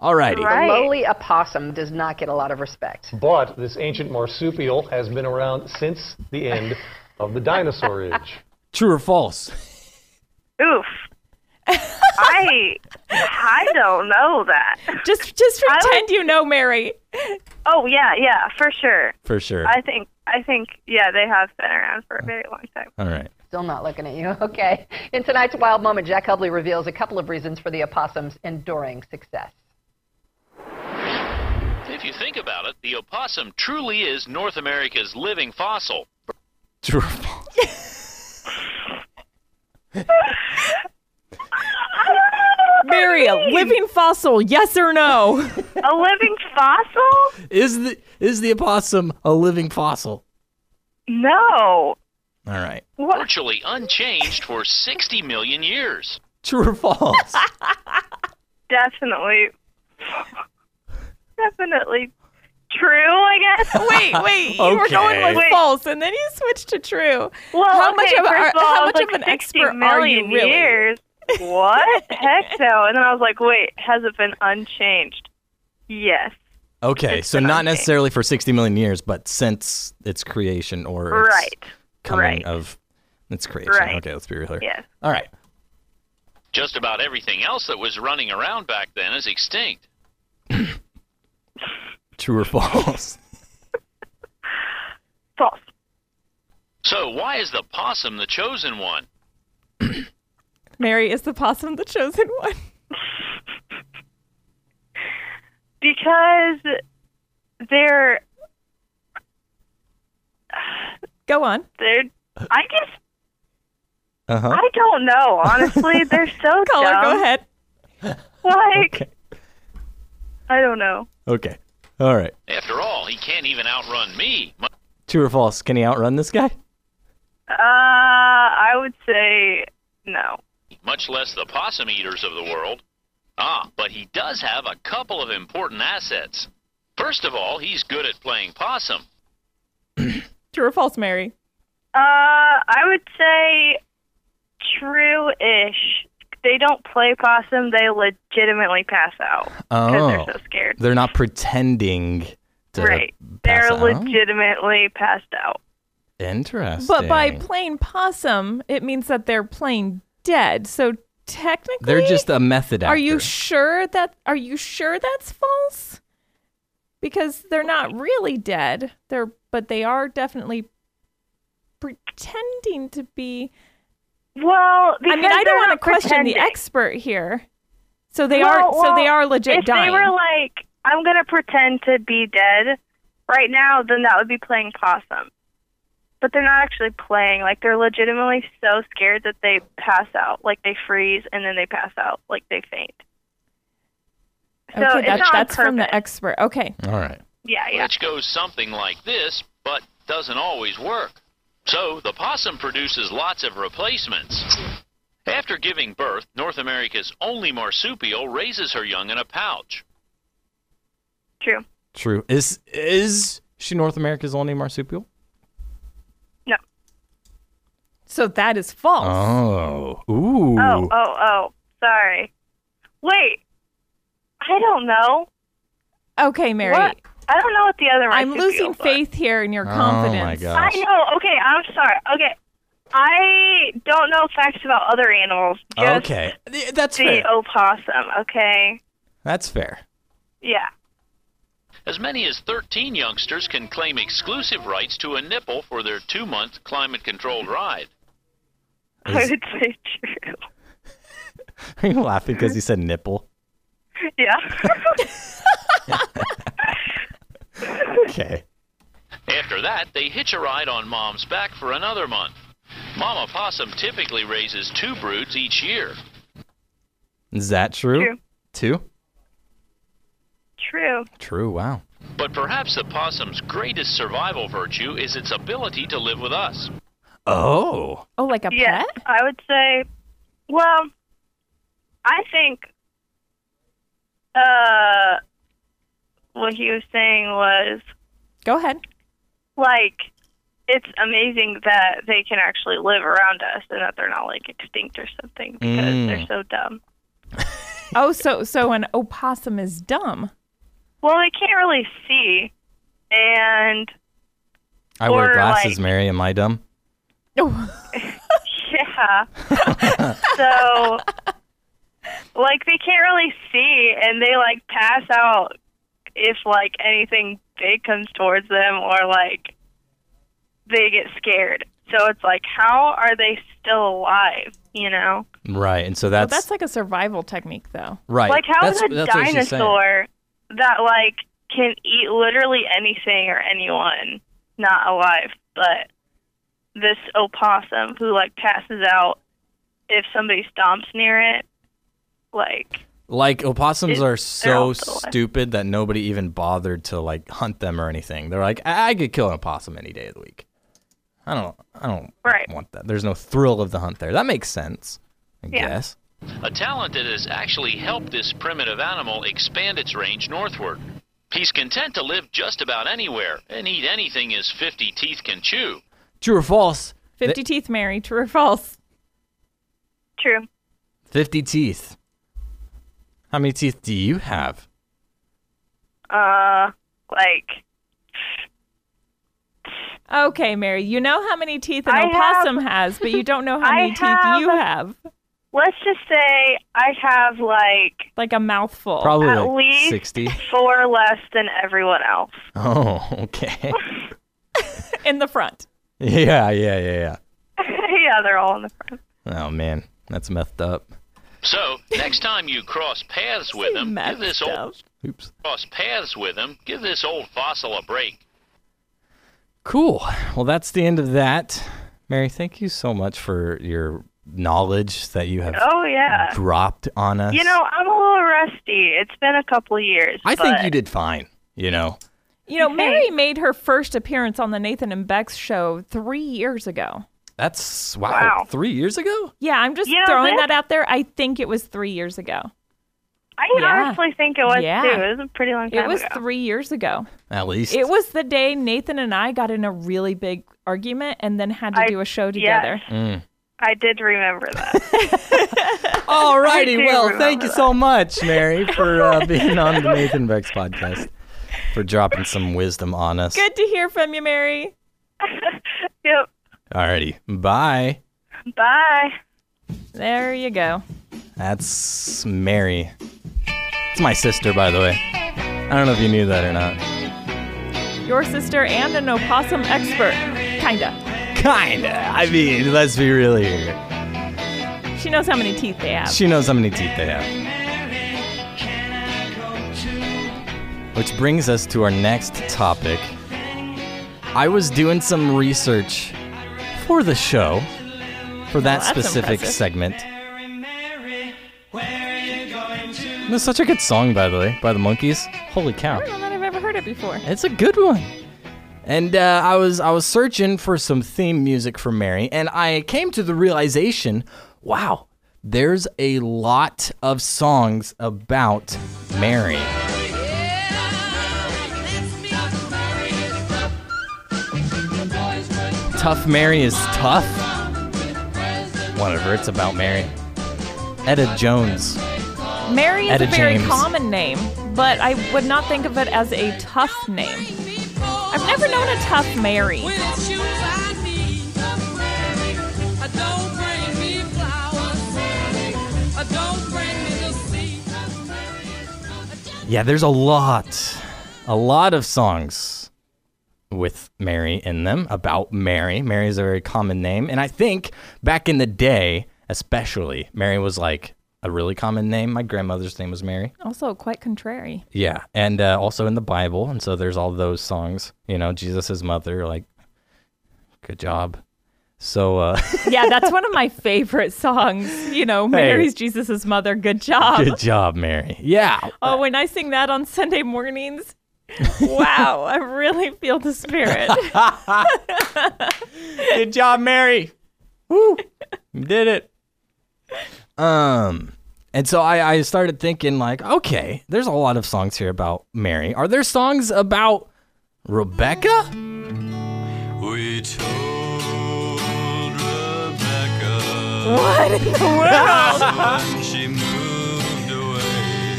S5: Alrighty.
S7: Right.
S8: The lowly opossum does not get a lot of respect.
S9: But this ancient marsupial has been around since the end of the dinosaur age.
S5: True or false?
S7: Oof. I I don't know that.
S6: Just just
S7: I like-
S6: pretend you know, Mary.
S7: Oh yeah, yeah, for sure.
S5: For sure.
S7: I think I think yeah, they have been around for a very long time.
S5: All right.
S8: Still not looking at you. Okay. In tonight's wild moment, Jack Hubley reveals a couple of reasons for the opossum's enduring success.
S10: If you think about it, the opossum truly is North America's living fossil.
S5: True or false?
S6: Mary, a living fossil, yes or no?
S7: A living fossil?
S5: Is the is the opossum a living fossil?
S7: No.
S5: All right.
S7: What?
S10: Virtually unchanged for 60 million years.
S5: True or false?
S7: Definitely. Definitely true, I guess.
S6: Wait, wait. You were going with
S7: Okay.
S6: false, and then you switched to true.
S7: Well,
S6: how
S7: okay,
S6: much of, a-
S7: first of all,
S6: how
S7: I was
S6: much
S7: like
S6: of an
S7: 60
S6: expert are you
S7: million
S6: really?
S7: years. What? Heck no. And then I was like, wait, has it been unchanged? Yes.
S5: Okay,
S7: It's
S5: so
S7: been
S5: not
S7: unchanged.
S5: necessarily for 60 million years, but since its creation or its
S7: Right.
S5: coming
S7: Right.
S5: of It's creation.
S7: Right.
S5: Okay, let's be real here.
S7: Yes.
S5: All right.
S10: Just about everything else that was running around back then is extinct.
S5: True or false?
S7: False.
S10: So why is the possum the chosen one?
S6: Mary is the possum, the chosen one.
S7: Because they're
S6: Go on.
S7: they're I guess
S5: Uh huh.
S7: I don't know, honestly. they're so
S6: Caller,
S7: dumb.
S6: go ahead.
S7: Like
S5: Okay.
S7: I don't know.
S5: Okay. All right.
S10: After all, he can't even outrun me, much
S5: True or false? Can he outrun this guy?
S7: Uh I would say no.
S10: much less the possum eaters of the world. Ah, but he does have a couple of important assets. First of all, he's good at playing possum.
S6: True or false, Mary?
S7: Uh I would say true ish. They don't play possum, they legitimately pass out. Because
S5: Oh.
S7: they're so scared.
S5: They're not pretending to.
S7: right.
S5: pass
S7: They're
S5: out?
S7: legitimately passed out.
S5: Interesting.
S6: But by plain possum, it means that they're plain dead. So technically,
S5: They're just a method actor.
S6: Are you sure that? Are you sure that's false? Because they're not really dead. They're, but they are definitely pretending to be.
S7: Well,
S6: I
S7: because
S6: mean, I
S7: they're
S6: don't want to
S7: not
S6: question
S7: pretending.
S6: the expert here. So they are.
S7: Well,
S6: so they
S7: well,
S6: are legit
S7: if
S6: dying.
S7: they were like, I'm gonna pretend to be dead right now, then that would be playing possum. But they're not actually playing. Like they're legitimately so scared that they pass out. Like they freeze and then they pass out. Like they faint. So
S6: okay,
S7: it's
S6: that-
S7: not on
S6: that's from the
S7: purpose.
S6: expert. Okay.
S5: All right.
S7: Yeah, yeah.
S10: Which goes something like this, but doesn't always work. So the possum produces lots of replacements. After giving birth, North America's only marsupial raises her young in a pouch.
S7: True.
S5: True. Is is she North America's only marsupial?
S7: No.
S6: So that is false.
S5: Oh. Ooh.
S7: Oh, oh, oh. Sorry. Wait. I don't know.
S5: Oh.
S6: Okay, Mary.
S7: What? I don't know what the other.
S6: I'm
S7: marsupials
S6: losing
S7: are.
S6: faith here in your
S5: Oh
S6: confidence.
S5: my
S7: I
S5: gosh.
S7: know. Okay, I'm sorry. Okay, I don't know facts about other animals. Just
S5: Okay. Th- That's
S7: The
S5: fair.
S7: opossum. Okay.
S5: That's fair.
S7: Yeah.
S10: As many as 13 youngsters can claim exclusive rights to a nipple for their two month climate controlled ride.
S7: I
S5: Is-
S7: would say true.
S5: Are you laughing because you said nipple?
S7: Yeah.
S5: Okay.
S10: After that, they hitch a ride on mom's back for another month. Mama possum typically raises two broods each year.
S5: Is that true?
S7: True.
S5: Two.
S7: true.
S5: True. Wow.
S10: But perhaps the possum's greatest survival virtue is its ability to live with us.
S5: Oh.
S6: Oh, like a
S7: Yeah.
S6: pet?
S7: I would say. Well, I think. Uh, what he was saying was
S6: Go ahead.
S7: like it's amazing that they can actually live around us and that they're not like extinct or something because
S5: Mm.
S7: they're so dumb.
S6: Oh, so so an opossum is dumb.
S7: Well, they can't really see, and
S5: I wear
S7: Or,
S5: glasses,
S7: like-
S5: Mary. Am I dumb?
S6: Oh,
S7: yeah, so like they can't really see, and they like pass out if like anything big comes towards them or like they get scared. So it's like, how are they still alive? You know,
S5: Right. And so
S6: well,
S5: that's,
S6: that's like a survival technique, though.
S5: right.
S7: like how is
S5: that's,
S7: a
S5: that's what she's saying.
S7: dinosaur that like can eat literally anything or anyone not alive, but this opossum who like passes out if somebody stomps near it, like
S5: Like opossums
S7: It-
S5: are
S7: they're
S5: so
S7: also alive.
S5: stupid that nobody even bothered to like hunt them or anything. They're like, I, I could kill an opossum any day of the week. I don't, I don't
S7: Right.
S5: want that. There's no thrill of the hunt there. That makes sense, I
S7: Yeah.
S5: guess.
S10: A talent that has actually helped this primitive animal expand its range northward. He's content to live just about anywhere and eat anything his 50 teeth can chew.
S5: True or false?
S6: Fifty teeth, Mary. True or false?
S7: true.
S5: Fifty teeth. How many teeth do you have?
S7: Uh like
S6: Okay, Mary, you know how many teeth an
S7: I have-
S6: opossum has, but you don't know how
S7: I
S6: many teeth
S7: have-
S6: you have.
S7: Let's just say I have like
S6: Like a mouthful.
S5: Probably
S7: At
S5: like
S7: least-
S5: 60.
S7: four less than everyone else.
S5: Oh, okay.
S6: In the front.
S5: yeah, yeah, yeah, yeah.
S7: yeah, they're all in the front.
S5: Oh, man. That's messed up.
S10: So next time you cross paths with him, give
S6: Messed
S10: this
S6: up.
S10: old
S5: Oops.
S10: cross paths with him, give this old fossil a break.
S5: Cool. Well, that's the end of that. Mary, thank you so much for your knowledge that you have
S7: Oh yeah.
S5: dropped on us.
S7: You know, I'm a little rusty. It's been a couple years.
S5: I think
S7: but-
S5: you did fine. You know,
S6: You know, Mary made her first appearance on the Nathan and Beck's show three years ago.
S5: that's wow,
S7: Wow.
S5: Three years ago?
S6: Yeah, I'm just
S7: You know,
S6: throwing
S7: this-
S6: that out there. I think it was three years ago.
S7: I
S6: Yeah.
S7: honestly think it was
S6: Yeah.
S7: too. It was a pretty long time
S6: It was
S7: ago.
S6: three years ago.
S5: At least.
S6: It was the day Nathan and I got in a really big argument and then had to
S7: I-
S6: do a show
S7: yes.
S6: together.
S5: Mm.
S7: I did remember that.
S5: All righty.
S7: I do
S5: Well, thank
S7: remember
S5: you
S7: that.
S5: so much, Mary, for uh, being on the Nathan Beck's podcast, for dropping some wisdom on us.
S6: Good to hear from you, Mary.
S7: yep.
S5: Alrighty. Bye.
S7: Bye.
S6: There you go.
S5: That's Mary. It's my sister, by the way. I don't know if you knew that or not.
S6: Your sister and an opossum expert. Kinda.
S5: Kinda. I mean, let's be real here.
S6: She knows how many teeth they have.
S5: She knows how many teeth they have. Which brings us to our next topic. I was doing some research for the show, for that
S6: that's
S5: specific
S6: impressive.
S5: segment. That's such a good song, by the way, by the Monkees. Holy cow!
S6: I don't know that I've ever heard it before.
S5: It's a good one. And uh, I was I was searching for some theme music for Mary, and I came to the realization, wow, there's a lot of songs about Mary. Tough Mary is tough. Whatever, it's about Mary. Etta Jones.
S6: Mary is
S5: Etta
S6: a very
S5: James.
S6: common name, but I would not think of it as a tough name. I've never known a tough Mary.
S5: Yeah, there's a lot, a lot of songs with Mary in them about Mary. Mary is a very common name. And I think back in the day, especially, Mary was like a really common name. My grandmother's name was Mary.
S6: Also, quite contrary.
S5: Yeah. And uh, also in the Bible. And so there's all those songs, you know, Jesus' mother, like, good job. So, uh,
S6: Yeah, that's one of my favorite songs. You know, Mary's Jesus' mother. Good job.
S5: good job, Mary. Yeah.
S6: Oh, when I sing that on Sunday mornings, wow, I really feel the spirit.
S5: Good job, Mary. Woo. Did it. Um and so I, I started thinking like, okay, there's a lot of songs here about Mary. Are there songs about Rebecca?
S1: We told Rebecca
S6: what in the world?
S1: when she moved away.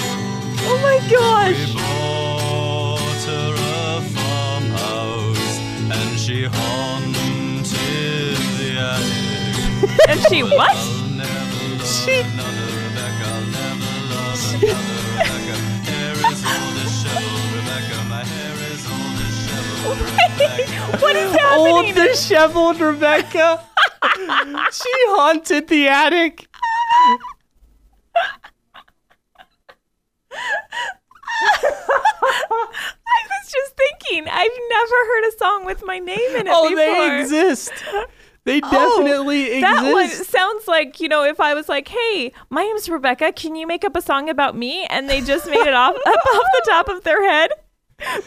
S6: Oh my gosh.
S1: Bought her a farmhouse and she haunted the attic.
S6: And she what?
S1: She. Another Rebecca, I'll never love another Rebecca. Hair is all disheveled, Rebecca. My hair is all disheveled.
S6: what is happening?
S5: Old disheveled Rebecca. she haunted the attic.
S6: I was just thinking, I've never heard a song with my name in it
S5: Oh,
S6: before.
S5: they exist. They definitely
S6: That one
S5: exist.
S6: sounds like, you know, if I was like, hey, my name's Rebecca, can you make up a song about me? And they just made it off up off the top of their head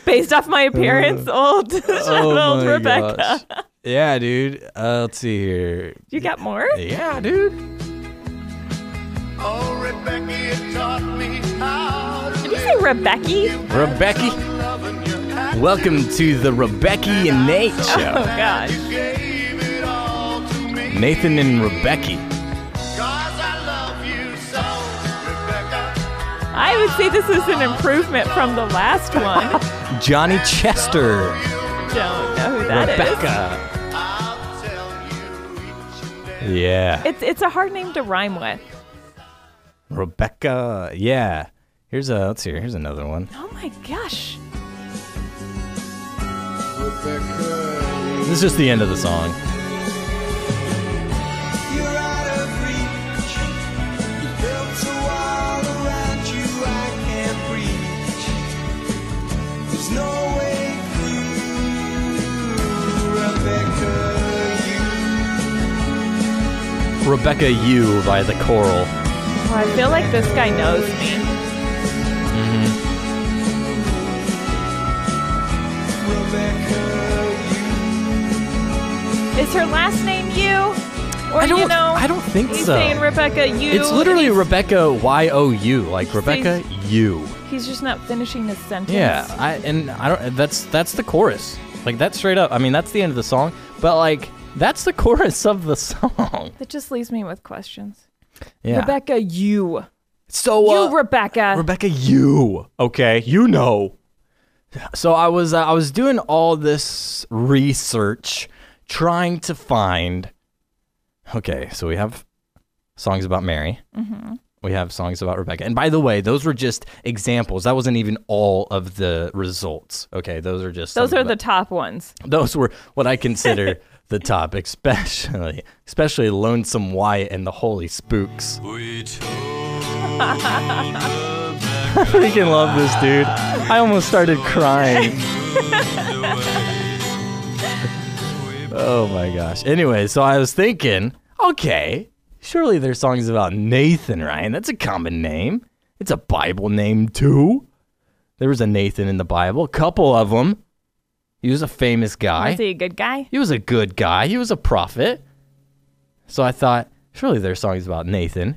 S6: based off my appearance, old disheveled Rebecca.
S5: Uh, oh gosh. Yeah, dude. Uh, let's see here.
S6: You got more?
S5: Yeah, dude.
S1: Oh, Rebecca, you taught me how to
S6: Did you say Rebecca?
S5: Rebecca,
S1: love and you
S5: welcome to the Rebecca and Nate
S6: Oh
S5: show.
S6: gosh.
S1: gave it all to me.
S5: Nathan and Rebecca.
S1: Cause I love you so, Rebecca.
S6: I would say this is an improvement from the last one.
S5: Johnny Chester.
S6: don't know who that is.
S5: Becca. Yeah.
S6: It's it's a hard name to rhyme with.
S5: Rebecca. Yeah. Here's a let's see. here. Here's another one.
S6: Oh my gosh.
S5: This is just the end of the song. Rebecca U by the Coral.
S6: Well, I feel like this guy knows me. Is her last name you? Or
S5: Mm-hmm. I don't
S6: you know?
S5: I don't think
S6: he's
S5: so.
S6: saying Rebecca you.
S5: It's
S6: and
S5: literally
S6: he's,
S5: Rebecca Y O U, like Rebecca U.
S6: he's just not finishing his sentence.
S5: Yeah, I and I don't. That's that's the chorus. Like that's straight up. I mean, that's the end of the song. But like that's the chorus of the song.
S6: That just leaves me with questions.
S5: Yeah.
S6: Rebecca you.
S5: So uh,
S6: you Rebecca.
S5: Rebecca, you okay? You know. So I was uh, I was doing all this research, trying to find. Okay, so we have songs about Mary. Mm-hmm. We have songs about Rebecca, and by the way, those were just examples. That wasn't even all of the results. Okay, those are just
S6: Those
S5: some
S6: are
S5: of
S6: the top ones.
S5: those were what I consider the top, especially especially Lonesome Wyatt and the Holy Spooks. I freaking love this dude. I almost started crying. oh my gosh. Anyway, so I was thinking, okay, surely there's songs about Nathan, Ryan. That's a common name. It's a Bible name too. There was a Nathan in the Bible, a couple of them. He was a famous guy.
S6: Is he a good guy?
S5: He was a good guy. He was a prophet. So I thought, surely there's songs about Nathan.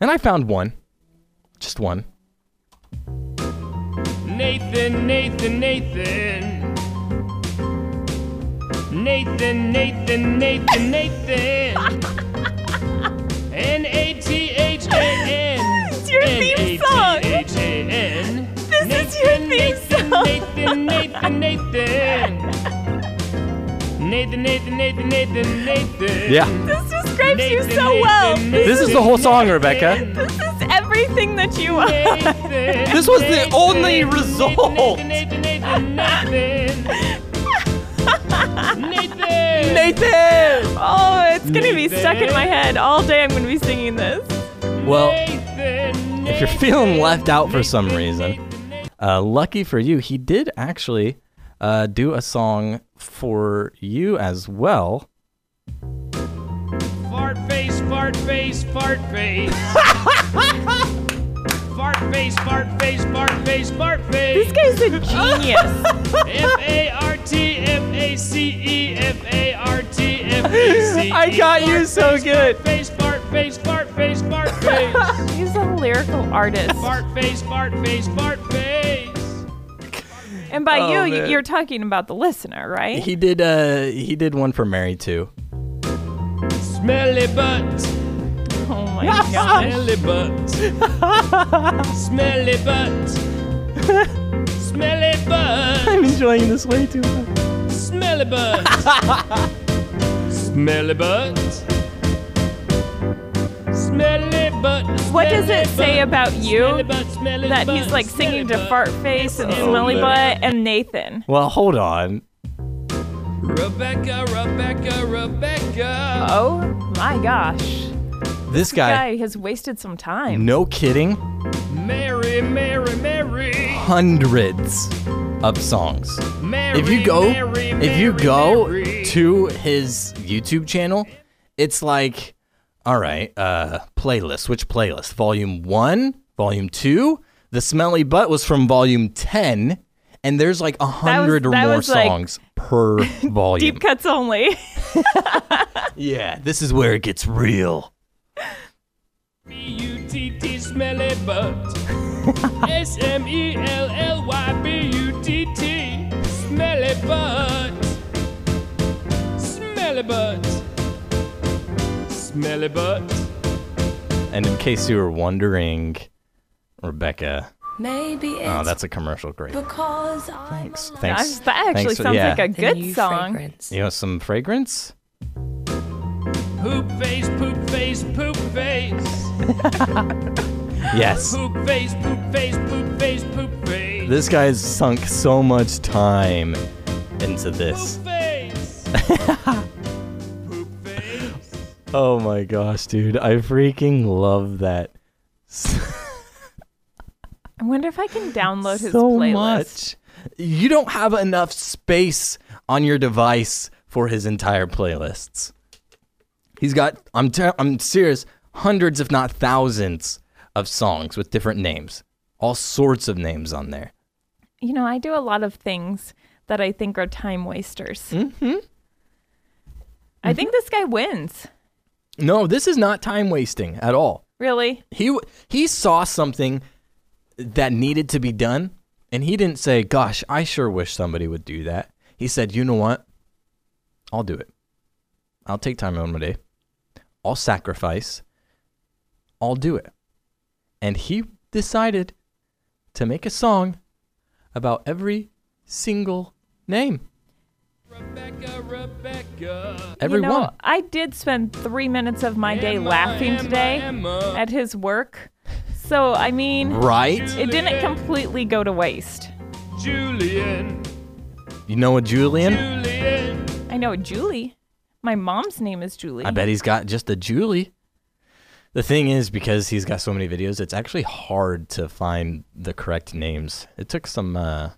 S5: And I found one. Just one.
S3: Nathan, Nathan, Nathan. Nathan, Nathan, Nathan, Nathan. N A T H A N.
S6: It's your theme song.
S3: N-A-T-H-A-N.
S6: This is your theme song.
S3: Nathan, Nathan, Nathan. Nathan, Nathan, Nathan, Nathan, Nathan.
S5: Yeah.
S6: This describes you
S3: Nathan,
S6: so well.
S3: Nathan,
S6: This,
S5: This is the whole song, Rebecca.
S6: this is everything that you are.
S3: Nathan,
S5: This was the only result.
S3: Nathan, Nathan, Nathan, Nathan. Nathan.
S5: Nathan!
S6: Oh, it's gonna be stuck in my head all day. I'm gonna be singing this.
S5: Well, if you're feeling left out for some reason, uh, lucky for you, he did actually uh, do a song for you as well.
S3: Fart face, fart face, fart face. fart face, fart face, fart face, fart
S6: This
S3: face.
S6: guy's a genius.
S3: F A R T F A C E F A R T F A C E.
S5: I got you so good.
S3: Fart face, fart face, fart face, fart face.
S6: He's a lyrical artist.
S3: Fart face, fart face, fart face.
S6: And by
S5: Oh,
S6: you, y-
S5: man.
S6: you're talking about the listener, right?
S5: He did uh he did one for Mary too.
S3: Smelly butt.
S6: Oh my gosh.
S3: Smelly butt. Smelly butt. Smelly butt.
S5: I'm enjoying this way too much.
S3: Smelly butt. Smelly butt. Smelly butt.
S6: What does
S3: smelly
S6: it say
S3: butt,
S6: about
S3: smelly
S6: you
S3: butt, smelly
S6: that he's
S3: butt,
S6: like singing
S3: smelly butt.
S6: to Fart Face and Smelly
S5: man.
S6: Butt and Nathan?
S5: Well, hold on.
S3: Rebecca, Rebecca, Rebecca.
S5: Uh.
S6: Oh my gosh.
S5: This
S6: Guy,
S5: guy,
S6: has wasted some time.
S5: no kidding,
S3: Mary, Mary, Mary.
S5: hundreds of songs.
S3: Mary,
S5: If you go,
S3: Mary,
S5: if you
S3: Mary,
S5: go
S3: Mary.
S5: to his YouTube channel, it's like, all right, uh, playlist. Which playlist? Volume one, volume two. The smelly butt was from volume ten, and there's like a hundred or
S6: that
S5: more
S6: was like-
S5: songs per volume.
S6: Deep cuts only.
S5: yeah, this is where it gets real.
S3: B-U-T-T smelly butt. S-M-E-L-L-Y-B-U-T-T smelly butt. Smelly butt. Smelly butt.
S5: And in case you were wondering, Rebecca
S11: Maybe it's
S5: Oh, that's a commercial. Great.
S11: because I
S5: Thanks. Thanks.
S6: That actually
S5: Thanks for-
S6: sounds
S5: yeah.
S6: like a
S11: The
S6: good
S11: new
S6: song.
S5: You know, some fragrance?
S3: Poop face, poop face, poop face.
S5: Yes.
S3: Poop face, poop face, poop face, poop face.
S5: This guy's sunk so much time into this.
S3: face.
S5: Oh my gosh, dude. I freaking love that
S6: I wonder if I can download his
S5: so
S6: playlist.
S5: much. You don't have enough space on your device for his entire playlists. He's got I'm ter- I'm serious, hundreds if not thousands of songs with different names. All sorts of names on there.
S6: You know, I do a lot of things that I think are time wasters. Mm-hmm. I think this guy wins.
S5: No, this is not time wasting at all.
S6: Really?
S5: He w- he saw something that needed to be done, and he didn't say, "Gosh, I sure wish somebody would do that." He said, "You know what? I'll do it. I'll take time out of my day. I'll sacrifice. I'll do it." And he decided to make a song about every single name.
S3: Rebecca.
S5: Every
S6: you know,
S5: one.
S6: I did spend three minutes of my day
S3: Emma,
S6: laughing
S3: Emma,
S6: today
S3: Emma.
S6: at his work. So, I mean,
S5: Right?
S6: um, it didn't completely go to waste.
S3: Julian.
S5: You know a Julian?
S3: Julian.
S6: I know Julie. My mom's name is Julie.
S5: I bet he's got just a Julie. The thing is, because he's got so many videos, it's actually hard to find the correct names. It took some uh,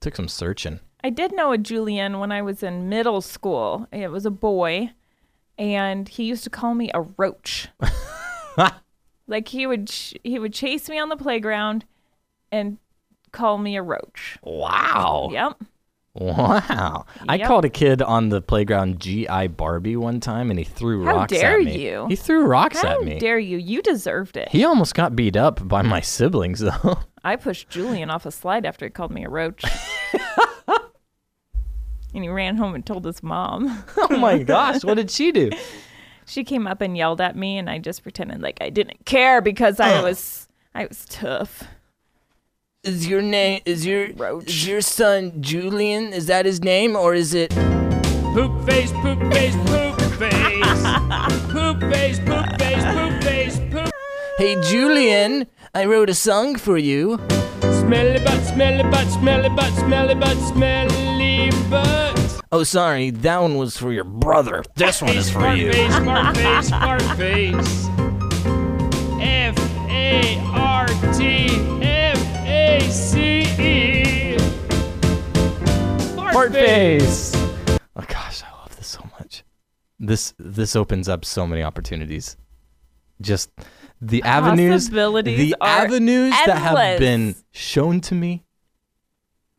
S5: took some searching.
S6: I did know a Julian when I was in middle school. It was a boy, and he used to call me a roach. like he would ch- he would chase me on the playground and call me a roach.
S5: Wow.
S6: Yep.
S5: Wow. I
S6: Yep.
S5: called a kid on the playground GI Barbie one time, and he threw
S6: How
S5: rocks
S6: dare
S5: at me.
S6: you?
S5: He threw rocks
S6: How
S5: at me.
S6: dare you? You deserved it.
S5: he almost got beat up by my siblings though.
S6: I pushed Julian off a slide after he called me a roach. and he ran home and told his mom.
S5: oh my gosh, what did she do?
S6: She came up and yelled at me, and I just pretended like I didn't care because I was I was tough.
S5: Is your name is your is your son Julian? Is that his name or is it
S3: Poop face, poop face, poop face. poop face, poop face, poop face, poop.
S5: Hey Julian, I wrote a song for you.
S3: Smelly butt, smelly butt, smelly butt, smelly butt, smelly butt.
S5: Oh, sorry, that one was for your brother. This one is for
S3: Fart
S5: you.
S3: face, fart face, fart face. F A R T F A C E. Fart
S5: Oh gosh, I love this so much. This this opens up so many opportunities. Just the avenues,
S6: Possibilities
S5: the
S6: are
S5: avenues that have
S6: endless.
S5: been shown to me.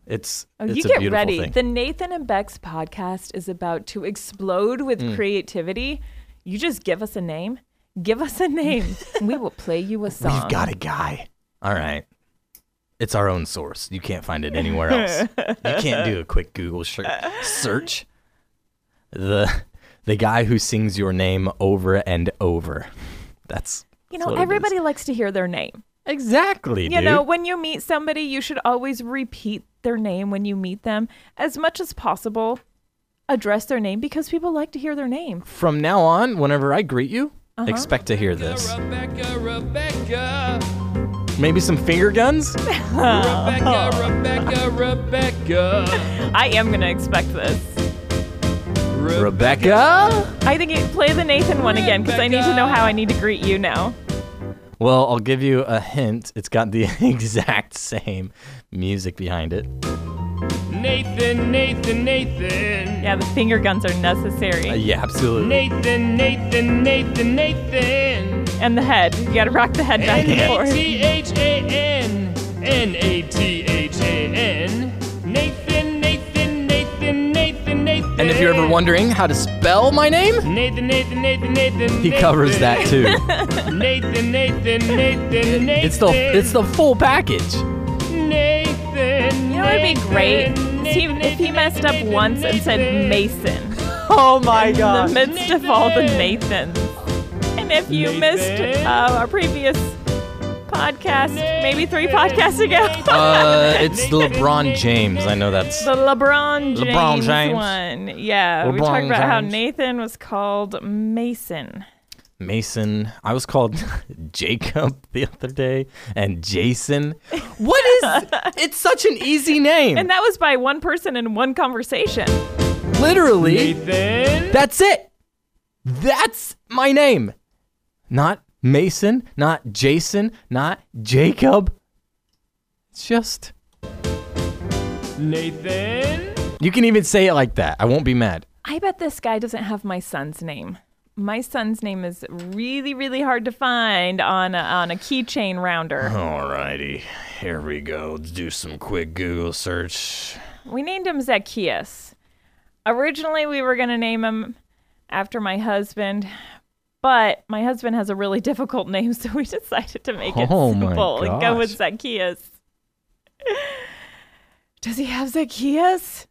S5: It's
S6: Oh,
S5: it's
S6: you
S5: a
S6: get
S5: beautiful
S6: ready.
S5: thing.
S6: The Nathan and Beck's podcast is about to explode with
S5: Mm.
S6: creativity. You just give us a name. Give us a name. and we will play you a song.
S5: We've got a guy. All right. It's our own source. You can't find it anywhere else. you can't do a quick Google sh- search. The the guy who sings your name over and over. That's
S6: You
S5: that's what
S6: know,
S5: it is.
S6: everybody likes to hear their name.
S5: Exactly,
S6: You
S5: dude.
S6: know, when you meet somebody, you should always repeat their name when you meet them as much as possible. Address their name because people like to hear their name.
S5: From now on, whenever I greet you,
S6: Uh-huh.
S5: expect to hear this.
S3: Rebecca, Rebecca.
S5: Maybe some finger guns?
S3: Rebecca, Rebecca, Rebecca.
S6: I am going to expect this.
S5: Rebecca?
S6: I think you play the Nathan one again because I need to know how I need to greet you now.
S5: Well, I'll give you a hint. It's got the exact same music behind it.
S3: Nathan, Nathan, Nathan.
S6: Yeah, the finger guns are
S5: Uh,
S6: necessary.
S5: yeah, absolutely.
S3: Nathan, Nathan, Nathan, Nathan.
S6: and the head. You gotta rock the head back
S3: N
S6: and
S3: A
S6: forth.
S3: T H A N. N A T H A N. Nathan, Nathan, Nathan, Nathan, Nathan.
S5: And if you're ever wondering how to spell my name,
S3: Nathan, Nathan, Nathan, Nathan.
S5: he covers that too.
S3: too. Nathan, Nathan, Nathan, Nathan.
S5: It's the it's the full package.
S3: Nathan.
S6: You know what would be great? Is he, if he messed up once and said Mason
S5: Oh my
S6: in the midst of all the Nathans. And if you missed
S3: Nathan.
S6: uh, our previous podcast, maybe three podcasts ago.
S5: Uh, it's LeBron James. I know that's.
S6: The LeBron James,
S5: LeBron James.
S6: one. Yeah, we
S5: LeBron
S6: talked about how
S5: James.
S6: Nathan was called Mason.
S5: Mason. I was called Jacob the other day and Jason. What is It's such an easy name.
S6: And that was by one person in one conversation.
S5: literally
S3: Nathan.
S5: That's it. That's my name. Not Mason, not Jason, not Jacob. It's just
S3: Nathan.
S5: you can even say it like that. I won't be mad.
S6: I bet this guy doesn't have my son's name. My son's name is really, really hard to find on a, on a keychain
S5: Uh-huh.
S6: rounder.
S5: Alrighty, here we go. Let's do some quick Google search.
S6: We named him Zacchaeus. Originally, we were going to name him after my husband, but my husband has a really difficult name, so we decided to make it
S5: Oh my
S6: simple and go with
S5: gosh.
S6: Zacchaeus. Does he have Zacchaeus?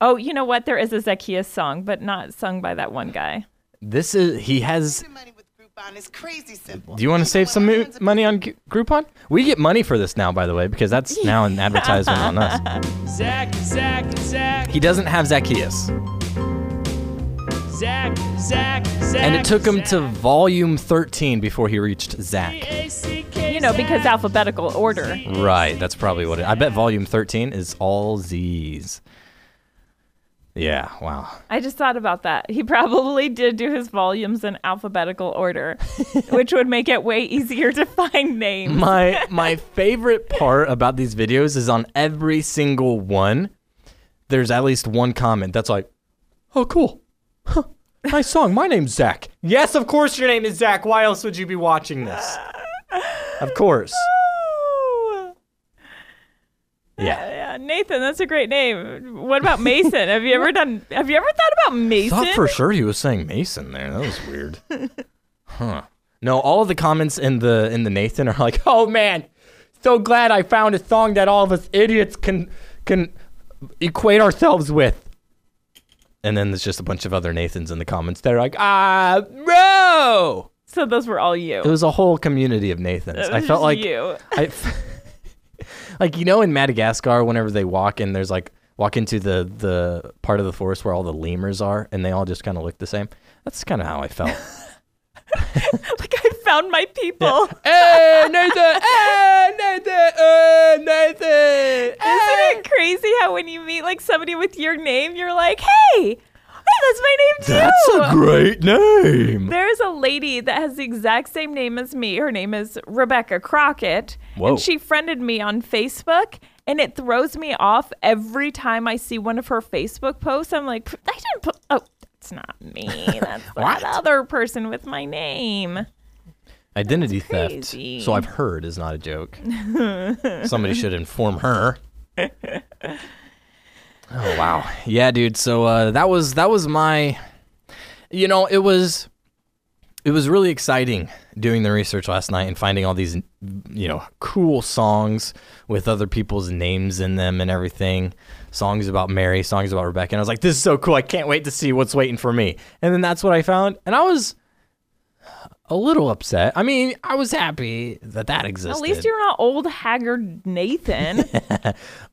S6: Oh, you know what? There is a Zacchaeus song, but not sung by that one guy.
S5: This is he has.
S1: Money with Groupon is crazy simple.
S5: Do you want to save some mo- money on Gr- Groupon? We get money for this now, by the way, because that's now an advertisement on us.
S3: Zach, Zach, Zach,
S5: He doesn't have Zacchaeus,
S3: Zach, Zach, Zach.
S5: and it took him to volume 13 before he reached Zach.
S3: to
S6: You know, because alphabetical order.
S5: Right, that's probably what it. I bet volume 13 is all Z's. Yeah, wow.
S6: I just thought about that. He probably did do his volumes in alphabetical order, which would make it way easier to find names.
S5: My my favorite part about these videos is on every single one, there's at least one comment that's like, "Oh, cool, huh, nice song. My name's Zach." Yes, of course your name is Zach. Why else would you be watching this? Of course. Mm-hmm. Yeah.
S6: Yeah, Nathan, that's a great name. What about Mason? have you ever done? Have you ever thought about Mason?
S5: Thought for sure he was saying Mason there. That was weird. huh. No, all of the comments in the in the Nathan are like, "Oh man, so glad I found a song that all of us idiots can can equate ourselves with." And then there's just a bunch of other Nathans in the comments. They're like, "Ah, bro."
S6: so those were all you.
S5: It was a whole community of Nathans.
S6: It
S5: I
S6: was
S5: felt
S6: just
S5: like
S6: you.
S5: I f- like you know in Madagascar whenever they walk and there's like walk into the the part of the forest where all the lemurs are and they all just kind of look the same. That's kind of how I felt.
S6: like I found my people.
S5: hey Nathan! Hey Nathan! Hey Nathan!
S6: Isn't it crazy how when you meet like somebody with your name, you're like, hey, hey, that's my name too.
S5: That's a great name.
S6: There's a lady that has the exact same name as me. Her name is Rebecca Crockett.
S5: Whoa.
S6: And she friended me on Facebook. And it throws me off every time I see one of her Facebook posts. I'm like, "Pff, I didn't put, oh, that's not me. That's that other person with my name.
S5: Identity theft.
S6: crazy.
S5: So I've heard is not a joke. Somebody should inform her. oh wow. Yeah, dude. So uh, that was that was my you know, it was it was really exciting doing the research last night and finding all these you know, cool songs with other people's names in them and everything. Songs about Mary, songs about Rebecca. And I was like, this is so cool. I can't wait to see what's waiting for me. And then that's what I found. And I was a little upset. I mean, I was happy that that existed.
S6: At least you're not old haggard Nathan.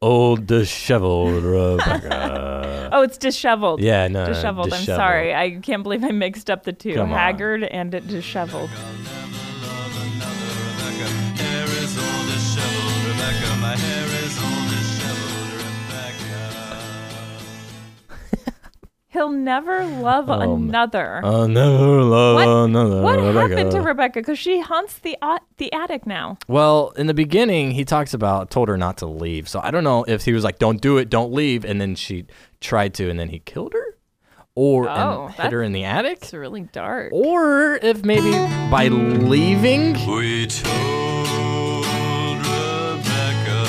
S5: old disheveled Rebecca.
S6: oh, it's disheveled.
S5: yeah, no, no,
S6: Disheveled. I'm sorry. I can't believe I mixed up the two
S5: Uh, Come on.
S6: haggard and disheveled. He'll never love another.
S5: I'll never love
S6: What,
S5: another
S6: what
S5: Um, uh, Rebecca.
S6: happened to Rebecca? Because she haunts the uh, the attic now.
S5: Well, in the beginning, he talks about told her not to leave. So I don't know if he was like, "Don't do it, don't leave," and then she tried to, and then he killed her, or and
S6: Oh,
S5: hit her in the attic, Oh.
S6: It's really dark.
S5: or if maybe by leaving.
S1: We told Rebecca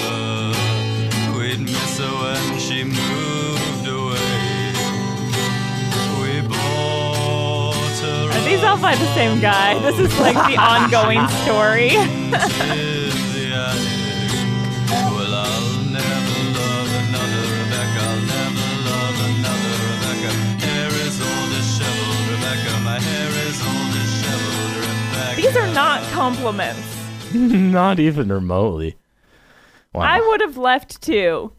S1: we'd miss her when she moved away. We bought her
S6: Are these all by the same guy? This is like the ongoing story.
S1: in the attic. Well, I'll never love another Rebecca. I'll never love another Rebecca. Hair is all disheveled, Rebecca. My hair is all disheveled, Rebecca.
S6: These are not compliments.
S5: Not even remotely. Wow.
S6: I would have left too.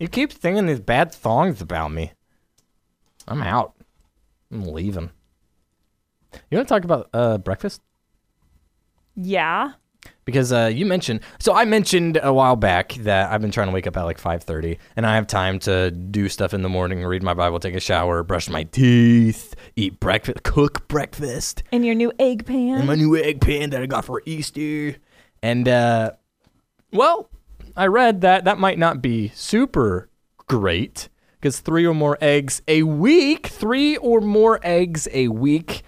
S5: you keep singing these bad songs about me. I'm out. I'm leaving. You want to talk about uh, breakfast?
S6: Yeah.
S5: because uh, you mentioned so i mentioned a while back that i've been trying to wake up at like 5.30 and i have time to do stuff in the morning read my bible take a shower brush my teeth eat breakfast cook breakfast
S6: In your new
S5: and
S6: egg pan.
S5: my new egg pan that i got for easter and uh, well i read that that might not be super great because three or more eggs a week three or more eggs a week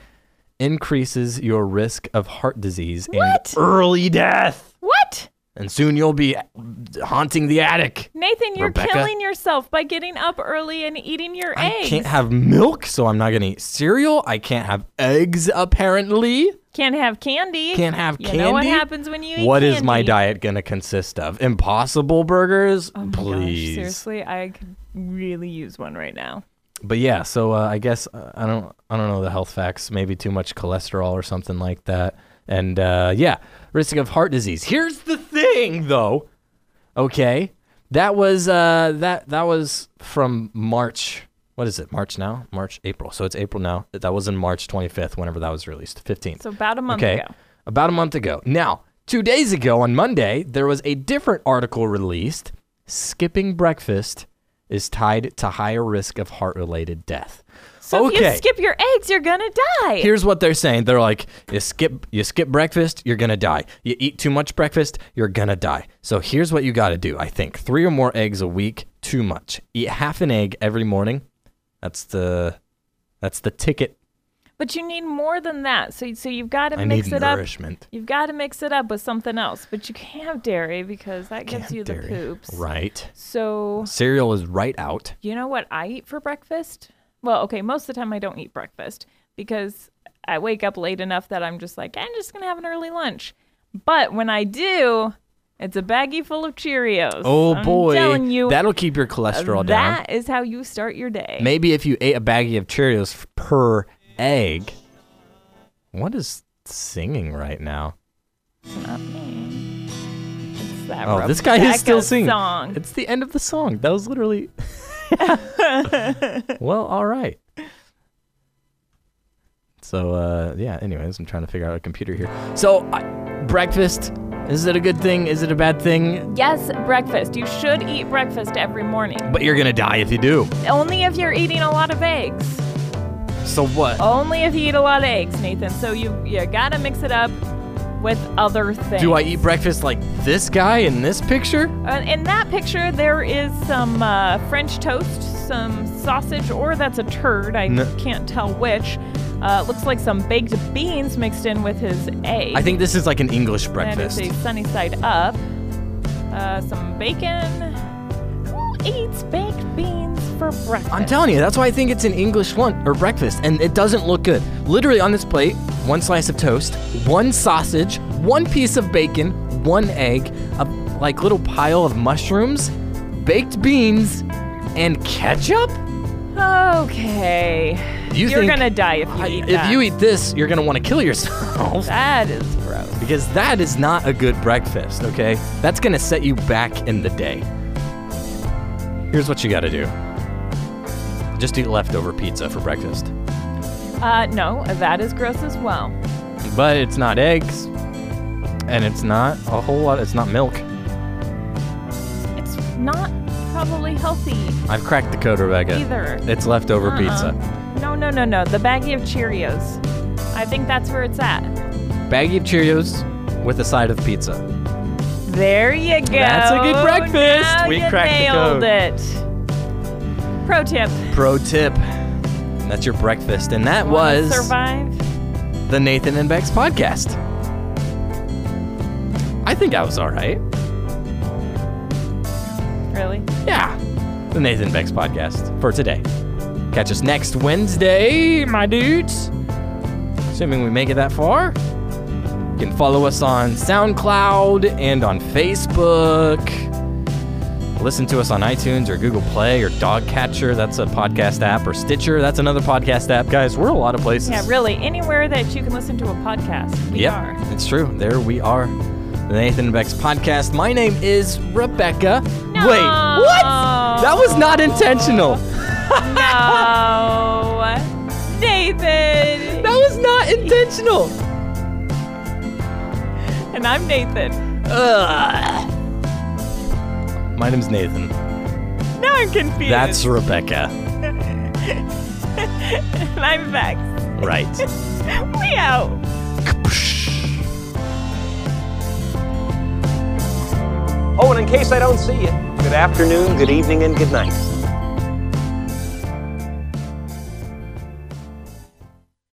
S5: increases your risk of heart disease
S6: What?
S5: and early death
S6: what?
S5: and soon you'll be haunting the attic.
S6: Nathan, you're
S5: Rebecca?
S6: killing yourself by getting up early and eating your
S5: I
S6: eggs.
S5: can't have milk, so I'm not gonna eat cereal. I can't have eggs, apparently.
S6: Can't have candy.
S5: Can't have
S6: you
S5: candy.
S6: know what happens when you eat
S5: What is my
S6: candy.
S5: diet gonna consist of? Impossible burgers,
S6: Oh my gosh,
S5: please.
S6: seriously, I could really use one right now.
S5: But yeah, so uh, I guess uh, I don't I don't know the health facts. Maybe too much cholesterol or something like that. And uh, yeah, risk of heart disease. Here's the thing, though. Okay, that was uh, that that was from March. What is it? March now? March, April. So it's April now. That was in March 25th, whenever that was released, 15th.
S6: So about a month
S5: okay,
S6: ago.
S5: about a month ago. Now, two days ago on Monday, there was a different article released. Skipping breakfast is tied to higher risk of heart-related death.
S6: So if
S5: okay,
S6: you skip your eggs, you're gonna die.
S5: here's what they're saying. They're like, you skip, you skip breakfast, you're gonna die. You eat too much breakfast, you're gonna die. So here's what you got to do. I think three or more eggs a week, too much. Eat half an egg every morning. That's the, that's the ticket.
S6: but you need more than that. So so you've got to
S5: I
S6: mix
S5: need
S6: it up.
S5: nourishment.
S6: You've got to mix it up with something else. But you can't have dairy because that gives you the
S5: Dairy.
S6: poops.
S5: Right.
S6: So
S5: Cereal is right out.
S6: you know what I eat for breakfast? Well, okay, most of the time I don't eat breakfast because I wake up late enough that I'm just like, I'm just gonna have an early lunch. But when I do, it's a baggie full of Cheerios.
S5: Oh
S6: I'm
S5: boy,
S6: telling you,
S5: that'll keep your cholesterol down.
S6: That is how you start your day.
S5: Maybe if you ate a baggie of Cheerios f- per egg. What is singing right now?
S6: It's that
S5: Oh, this guy is still
S6: Rebecca
S5: singing.
S6: Song.
S5: It's the end of the song. That was literally. well, all right. So uh, yeah. Anyways, I'm trying to figure out a computer here. So I, breakfast. Is it a good thing? Is it a bad thing?
S6: Yes, breakfast. You should eat breakfast every morning.
S5: But you're gonna die if you do.
S6: Only if you're eating a lot of eggs.
S5: So what?
S6: Only if you eat a lot of eggs, Nathan. So you you gotta mix it up with other things.
S5: Do I eat breakfast like this guy in this picture?
S6: Uh, in that picture, there is some uh, French toast, some sausage, or that's a turd. I
S5: No.
S6: can't tell which. Uh, looks like some baked beans mixed in with his egg.
S5: I think this is like an English
S6: That is
S5: breakfast.
S6: a sunny side up. Uh, some bacon. Who eats baked beans for breakfast?
S5: I'm telling you, that's why I think it's an English lunch or breakfast, and it doesn't look good. Literally on this plate, one slice of toast, one sausage, one piece of bacon, one egg, a like little pile of mushrooms, baked beans, and ketchup.
S6: Okay.
S5: You
S6: You're
S5: think
S6: gonna die if you
S5: I-
S6: eat
S5: if
S6: that.
S5: you eat this, you're gonna want to kill yourself.
S6: That is gross.
S5: because that is not a good breakfast, okay? That's gonna set you back in the day. Here's what you gotta do just eat leftover pizza for breakfast.
S6: Uh, no, that is gross as well.
S5: But it's not eggs, and it's not a whole lot, it's not milk.
S6: It's not probably healthy
S5: I've cracked the code, Rebecca.
S6: either.
S5: It's leftover
S6: Uh-uh.
S5: pizza.
S6: No, no, no, no. The baggie of Cheerios. I think that's where it's at.
S5: Baggie of Cheerios with a side of pizza.
S6: There you go.
S5: That's a good breakfast.
S6: Now
S5: We
S6: you
S5: cracked the
S6: nailed
S5: code.
S6: it. Pro tip.
S5: Pro tip. That's your breakfast, and that
S6: Wanna
S5: was
S6: survive?
S5: the Nathan and Bex podcast. I think I was all right.
S6: Really?
S5: Yeah. The Nathan Bex podcast for today. Catch us next Wednesday, my dudes. Assuming we make it that far. You can follow us on SoundCloud and on Facebook. Listen to us on iTunes or Google Play or Dogcatcher. That's a podcast app. Or Stitcher. That's another podcast app. Guys, we're a lot of places.
S6: Yeah, really, anywhere that you can listen to a podcast, we
S5: Yep,
S6: are.
S5: it's true. There we are. The Nathan and Beck's podcast. My name is Rebecca. Wait, what? That was not intentional.
S6: No, Nathan,
S5: That was not intentional.
S6: and I'm Nathan.
S5: Ugh. My name's Nathan.
S6: Now I'm confused.
S5: That's Rebecca.
S6: and I'm Vex.
S5: Right.
S6: We out.
S11: Oh, and in case I don't see you, good afternoon, good evening, and good night.